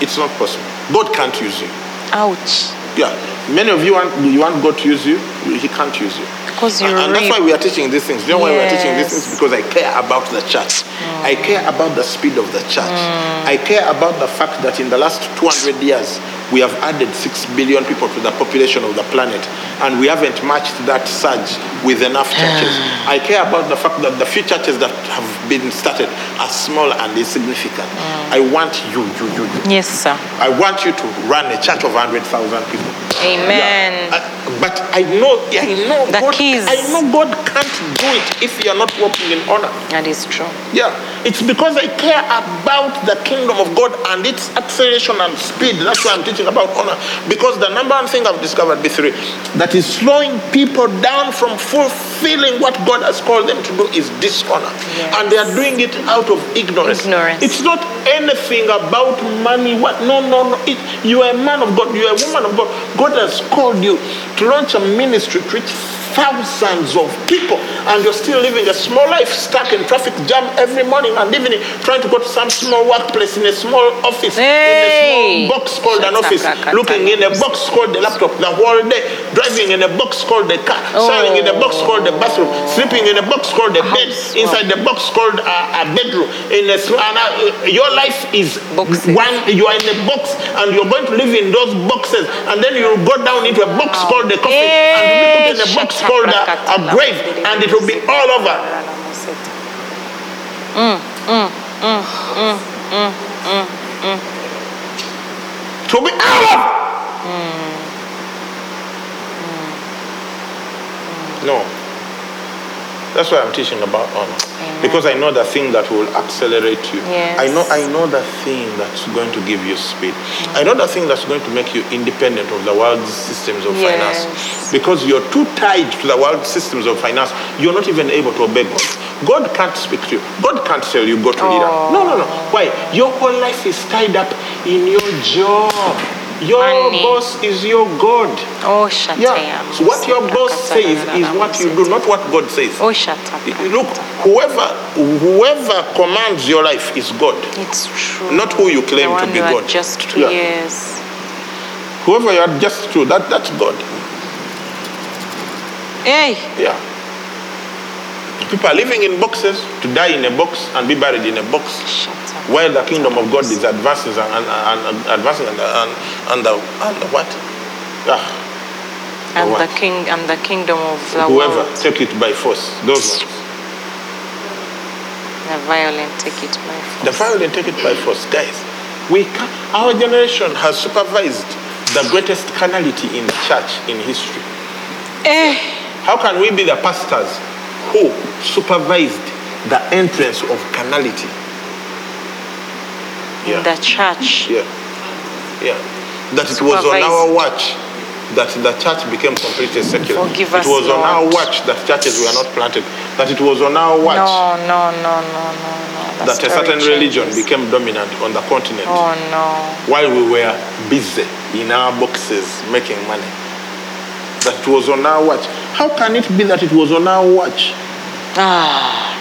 It's not possible. God can't use you. Ouch. Yeah. Many of you want you want God to use you. He can't use you. Because you and, and that's reap. why we are teaching these things. You know why we are teaching these things? Yes. Because I care about the church. I care about the speed of the church. I care about the fact that in the last 200 years, we have added 6 billion people to the population of the planet, and we haven't matched that surge with enough churches. I care about the fact that the few churches that have been started are small and insignificant. I want you, you, you, you. Yes, sir. I want you to run a church of 100,000 people. Amen. Yeah. I- but I know, I know, The God, keys. I know God can't do it if you are not walking in honor. That is true. Yeah, it's because I care about the kingdom of God and its acceleration and speed. That's why I'm teaching about honor. Because the number one thing I've discovered, B3, that is slowing people down from fulfilling what God has called them to do is dishonor. And they are doing it out of ignorance. Ignorance. It's not anything about money. What? No, no, no. It, you are a man of God. You are a woman of God. God has called you to launch a ministry to reach thousands of people, and you're still living a small life, stuck in traffic jam every morning and evening, trying to go to some small workplace in a small office, Hey! in a small box called an Shut up, office, Rakata. looking in a box called the laptop the whole day, driving in a box called the car, Oh. sitting in a box called the bathroom, sleeping in a box called the bed, House. inside the box called a, a bedroom. In a, sm- and, uh, your life is Boxes. one. You are in a box, and you're going to live in those boxes, and then you'll go down into a box called the coffin, and you'll be put in a Eh, box shut up, called a, a Rakata. grave, and it will be all over. Mm, mm. It will be all over. No. That's why I'm teaching about honor. Because I know the thing that will accelerate you. Yes. I know I know the thing that's going to give you speed. Mm. I know the thing that's going to make you independent of the world's systems of Yes. finance. Because you're too tied to the world's systems of finance, you're not even able to obey God. God can't speak to you. God can't tell you go to leader. No, no, no. Why? Your whole life is tied up in your job. Your Money. boss is your God. Oh, shut Yeah. up. So what your boss says is what you do, not what God says. Oh, shut up. Look, whoever whoever commands your life is God. It's true. Not who you claim the to one be you are God. Just two Yeah. years. Whoever you are just to, that that's God. Hey, Yeah. People are living in boxes to die in a box and be buried in a box. shut up. While the kingdom of God is advances and, and, and, and advancing and, and, and, the, and the what? Ah. and what? the king and the kingdom of the Whoever world. take it by force, those ones. The violent take it by force. The violent take it by force, guys. We can, our generation has supervised the greatest carnality in the church in history. Eh, How can we be the pastors who supervised the entrance of carnality? in the church. Yeah. Yeah. That it was on Supervise. our watch that the church became completely secular. Forgive it us, was on Lord. our watch that churches were not planted. That it was on our watch No, no, no, no, no, no. The that a story certain religion changes. became dominant on the continent Oh no. while we were busy in our boxes making money. That it was on our watch. How can it be that it was on our watch? Ah,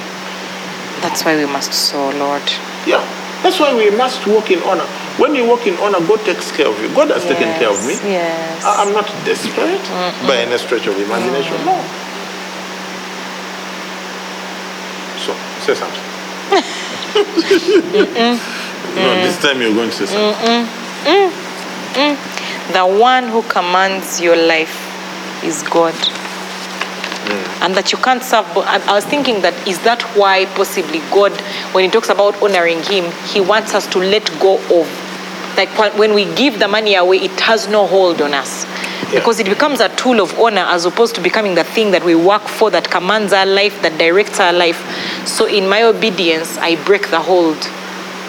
that's why we must sow, Lord. Yeah. That's why we must walk in honor. When you walk in honor, God takes care of you. God has taken care of me. Yes, Yes. I- I'm not desperate by any stretch of imagination. No. So, say something. no, this time you're going to say something. The one who commands your life is God. Hmm. And that you can't serve. bo- I I was thinking that is that why possibly God, when He talks about honoring Him, He wants us to let go of. Like wh- when we give the money away, it has no hold on us. Yeah. Because it becomes a tool of honor as opposed to becoming the thing that we work for, that commands our life, that directs our life. So in my obedience, I break the hold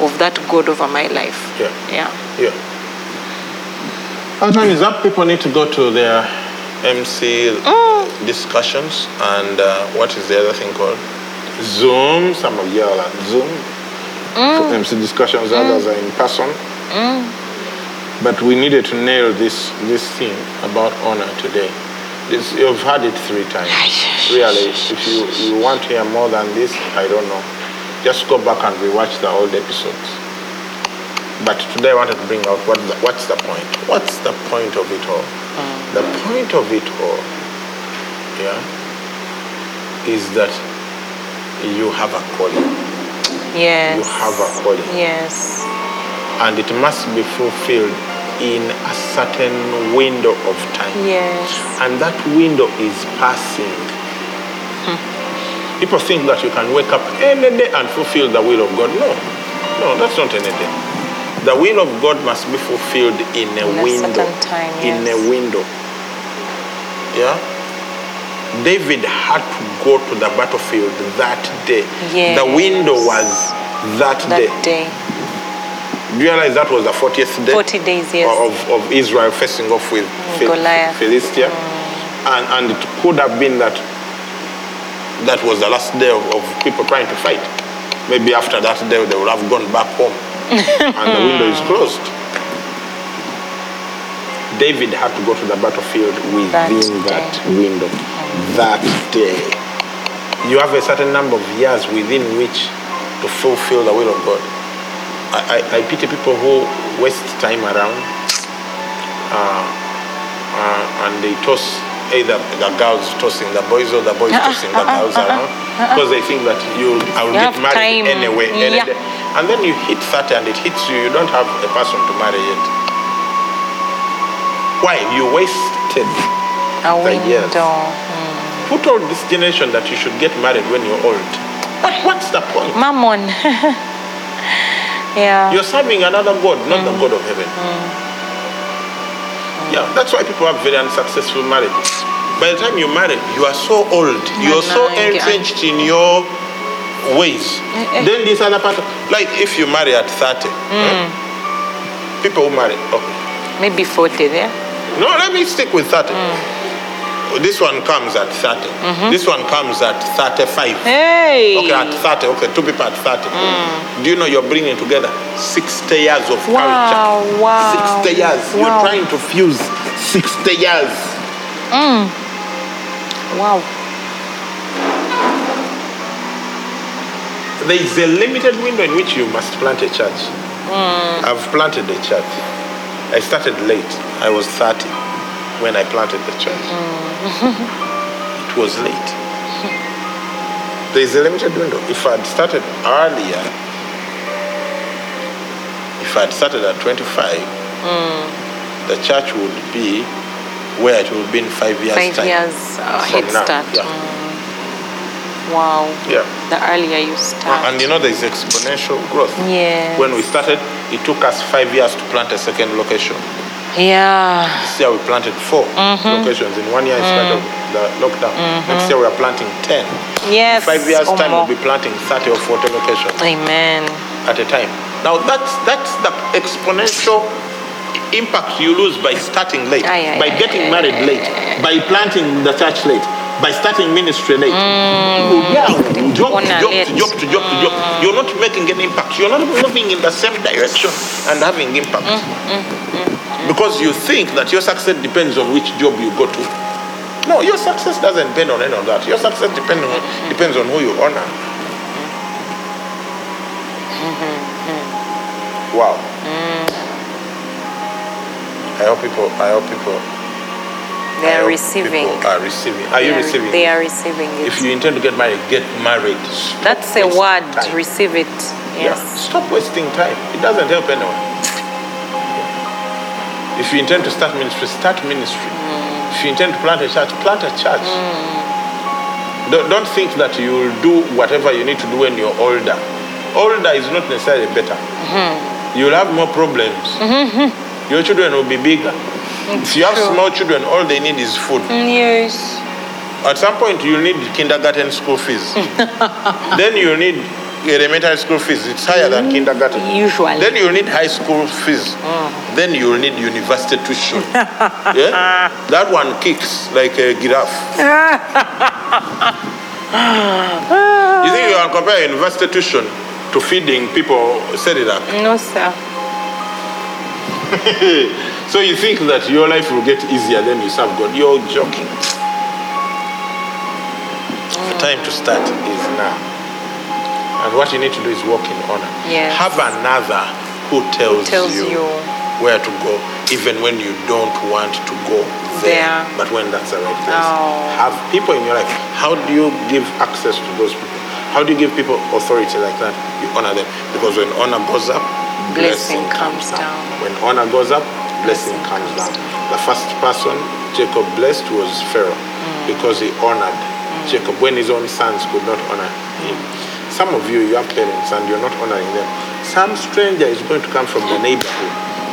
of that God over my life. Yeah. Yeah. Yeah. Our time is up. People need to go to their MC discussions and uh, what is the other thing called? Zoom. Some of y'all are on Zoom for MC discussions. Others are in person. But we needed to nail this this thing about honor today. This, you've had it three times. Really, if you, you want to hear more than this, I don't know. Just go back and rewatch the old episodes. But today I wanted to bring out what the, what's the point? What's the point of it all? The point of it all, yeah, is that you have a calling, Yes. You have a calling. Yes. and it must be fulfilled in a certain window of time. Yes. And that window is passing. People think that you can wake up any day and fulfill the will of God. No, no, that's not any day. The will of God must be fulfilled in a, In a window. certain time, In a yes. window. Yeah? David had to go to the battlefield that day. The window Yes. was that, That day. day. Do you realize that was the 40th day? Oh, 40 days, yes. Of, of Israel facing off with Phil- Mm, Goliath. Mm. Philistia. And, and it could have been that that was the last day of, of people trying to fight. Maybe after that day they would have gone back home and the window is closed. David had to go to the battlefield within That that window, that day. You have a certain number of years within which to fulfill the will of God. I, I, I pity people who waste time around uh, and they toss either the girls tossing the boys or the boys Uh-uh, tossing the girls around because they think that you I will You get have married time. anyway. Any Yeah. day. And then you hit 30 and it hits you, you don't have a person to marry yet. Why? You wasted. A oh, The years. window. Who told this generation that you should get married when you're old? What, what's the point? Mammon. yeah. You're serving another God, not Mm. the God of heaven. Yeah, that's why people have very unsuccessful marriages. By the time you marry, you are so old, you're so no, I get- Eh, entrenched in your ways. Then this other part, like if you marry at 30, Mm. hmm, people who marry, okay. Maybe 40 there. No, let me stick with 30. Mm. This one comes at 30. This one comes at 35. Mm-hmm. Hey. Okay, at 30, okay, two people at 30. Do you know you're bringing together 60 years of Mm. Wow, culture? wow, 60 years. You're wow. trying to fuse 60 years. Wow. There is a limited window in which you must plant a church. Hmm. I've planted a church. I started late. I was 30 when I planted the church. Hmm. it was late. There is a limited window. If I'd started earlier, Hmm. if I'd started at 25, the church would be where it will be in five years' five time. years uh, From head now, start. yeah. Mm. Wow. Yeah. Uh, The earlier you start. And you know there is exponential growth. Oh. Yes. When we started, it took us five years to plant a second location. yeah. This year we planted 4 Mm-hmm. locations in one year in spite of Mm. the lockdown. Next year we are planting 10. Yes. Five years' or time Mm-hmm. more. we'll be planting 30 or 40 locations Amen. at a time. Now that's, that's the exponential impact you lose by starting late, Aye, aye, by aye, getting aye, married aye, late, by planting the church late, by starting ministry late. Yeah, job to Wanna job late. to job to job to job. You're not making an impact. You're not moving in the same direction and having impact. Mm, Because you think that your success depends on which job you go to. No, your success doesn't depend on any of that. Your success depends Mm, on, depends on who you honor. Mm-hmm, Wow. Mm. I hope people. I hope people. They I are hope receiving. People are receiving. Are you They are- receiving? They are receiving it. If you intend to get married, get married. Stop That's a wasting word. time. Receive it. Yeah. Yes. Stop wasting time. It doesn't help anyone. If you intend to start ministry, start ministry. If you intend to plant a church, plant a church. Don't, don't think that you'll do whatever you need to do when you're older. Older is not necessarily better. You'll have more problems. Mm-hmm. Your children will be bigger. if you have small children, all they need is food. Yes. At some point, you'll need kindergarten school fees. then you'll need elementary school fees. It's higher than kindergarten. Usually. Then you'll need high school fees. Then you'll need university tuition. yeah? That one kicks like a giraffe. you think you can compare university tuition to feeding people celiac? No, sir. So you think that your life will get easier than you serve God? You're joking. The Mm. time to start is now. And what you need to do is walk in honor. Yes. Have another who tells, Tells you. where to go, even when you don't want to go there, There. but when that's the right place. Oh. Have people in your life. How do you give access to those people? How do you give people authority like that? You honor them. Because when honor goes up, Blessing comes down. when honor goes up, blessing comes down. The first person Jacob blessed was Pharaoh Mm. because he honored Jacob when his own sons could not honor him. Some of you, you have parents and you're not honoring them. Some stranger is going to come from the neighborhood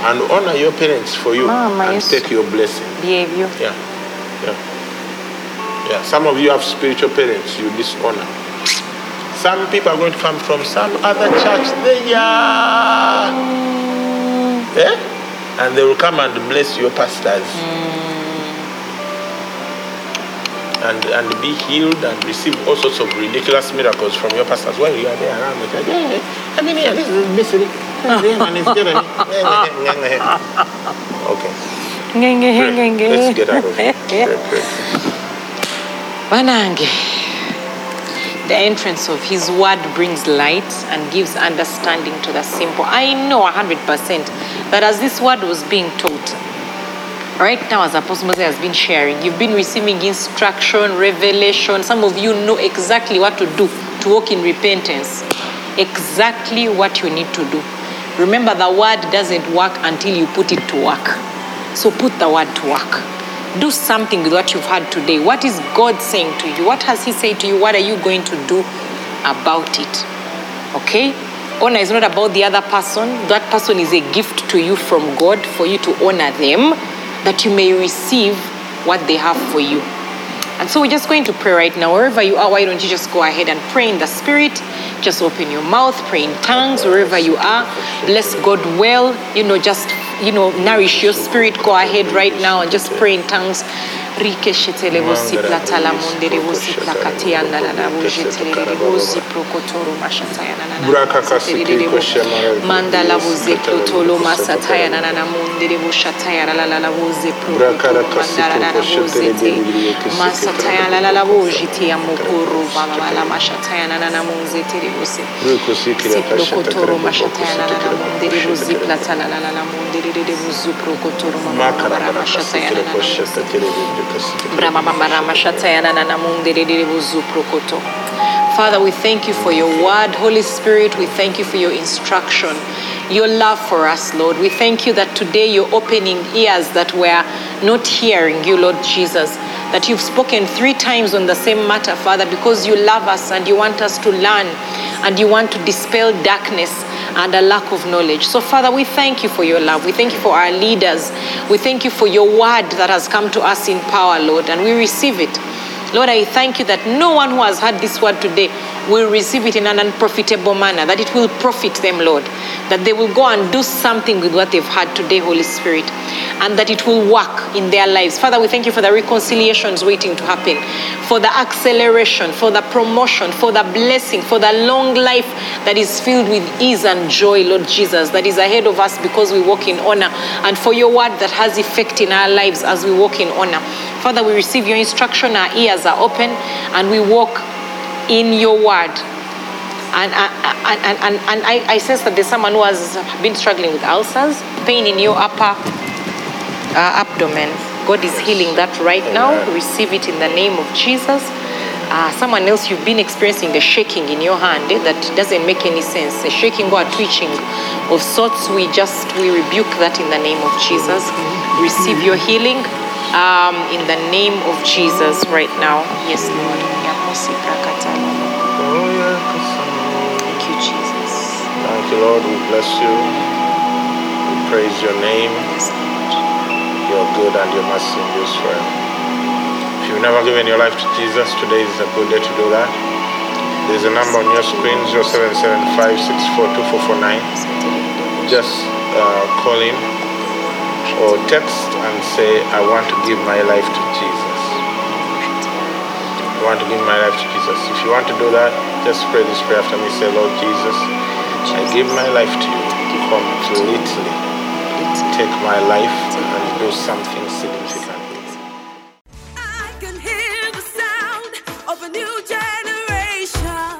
and honor your parents for you Mama, and yes. take your blessing. Behavior. Yeah. Yeah. Yeah. Some of you have spiritual parents you dishonor. Some people are going to come from some other church. They are. Eh? And they will come and bless your pastors. And, and be healed and receive all sorts of ridiculous miracles from your pastors while you are there around the church. "Eh, eh, I mean, yeah, this is misery. eh? okay. Pray. Let's get out of here. Pray, pray. Banange. The entrance of his word brings light and gives understanding to the simple. I know 100% that as this word was being taught, right now as Apostle Moses has been sharing, you've been receiving instruction, revelation. Some of you know exactly what to do to walk in repentance, exactly what you need to do. Remember, the word doesn't work until you put it to work. So put the word to work. Do something with what you've had today. What is God saying to you? What has He said to you? What are you going to do about it? Okay? Honor is not about the other person. That person is a gift to you from God for you to honor them that you may receive what they have for you. And so we're just going to pray right now. Wherever you are, why don't you just go ahead and pray in the spirit? Just open your mouth, pray in tongues, wherever you are. Bless God well. You know, just you know, nourish your spirit. Go ahead right now and just pray in tongues. Mandala masataya la la la vozhiti ya mukuru vavala mashataya na na na munzetiri vose siprokotoro mashataya na na na mundiri voziplatsa la la la la mundiri de vozuprokotoro mamavara mashataya na na na mundiri Brahma Bambara Mashataya Nana Namundi Riri Vuzu Prokoto. Father, we thank you for your word. Holy Spirit, we thank you for your instruction, your love for us, Lord. We thank you that today you're opening ears that were not hearing you, Lord Jesus. That you've spoken three times on the same matter, Father, because you love us and you want us to learn and you want to dispel darkness and a lack of knowledge. So, Father, we thank you for your love. We thank you for our leaders. We thank you for your word that has come to us in power, Lord, and we receive it. Lord, I thank you that no one who has heard this word today will receive it in an unprofitable manner, that it will profit them, Lord, that they will go and do something with what they've heard today, Holy Spirit, and that it will work in their lives. Father, we thank you for the reconciliations waiting to happen, for the acceleration, for the promotion, for the blessing, for the long life that is filled with ease and joy, Lord Jesus, that is ahead of us because we walk in honor, and for your word that has effect in our lives as we walk in honor. Father, we receive your instruction, our ears are open, and we walk in your word and, uh, and, and, and, and I, I sense that there's someone who has been struggling with ulcers, pain in your upper uh, abdomen. God is healing that right now. Receive it in the name of Jesus. Uh, someone else, you've been experiencing a shaking in your hand eh, that doesn't make any sense, a shaking or a twitching of sorts. We just we rebuke that in the name of Jesus. Receive your healing um, in the name of Jesus right now. Yes, Lord. Thank you, Jesus. Thank you, Lord. We bless you. We praise your name. Yes, Lord. You're good and your mercy endures forever. If you've never given your life to Jesus, today is a good day to do that. There's a number on your screen 0775642449. Just uh, call in or text and say, I want to give my life to Jesus. I want to give my life to Jesus. If you want to do that, just pray this prayer after me. Say, Lord Jesus, I give my life to you completely. Take my life and do something significant. I can hear the sound of a new generation.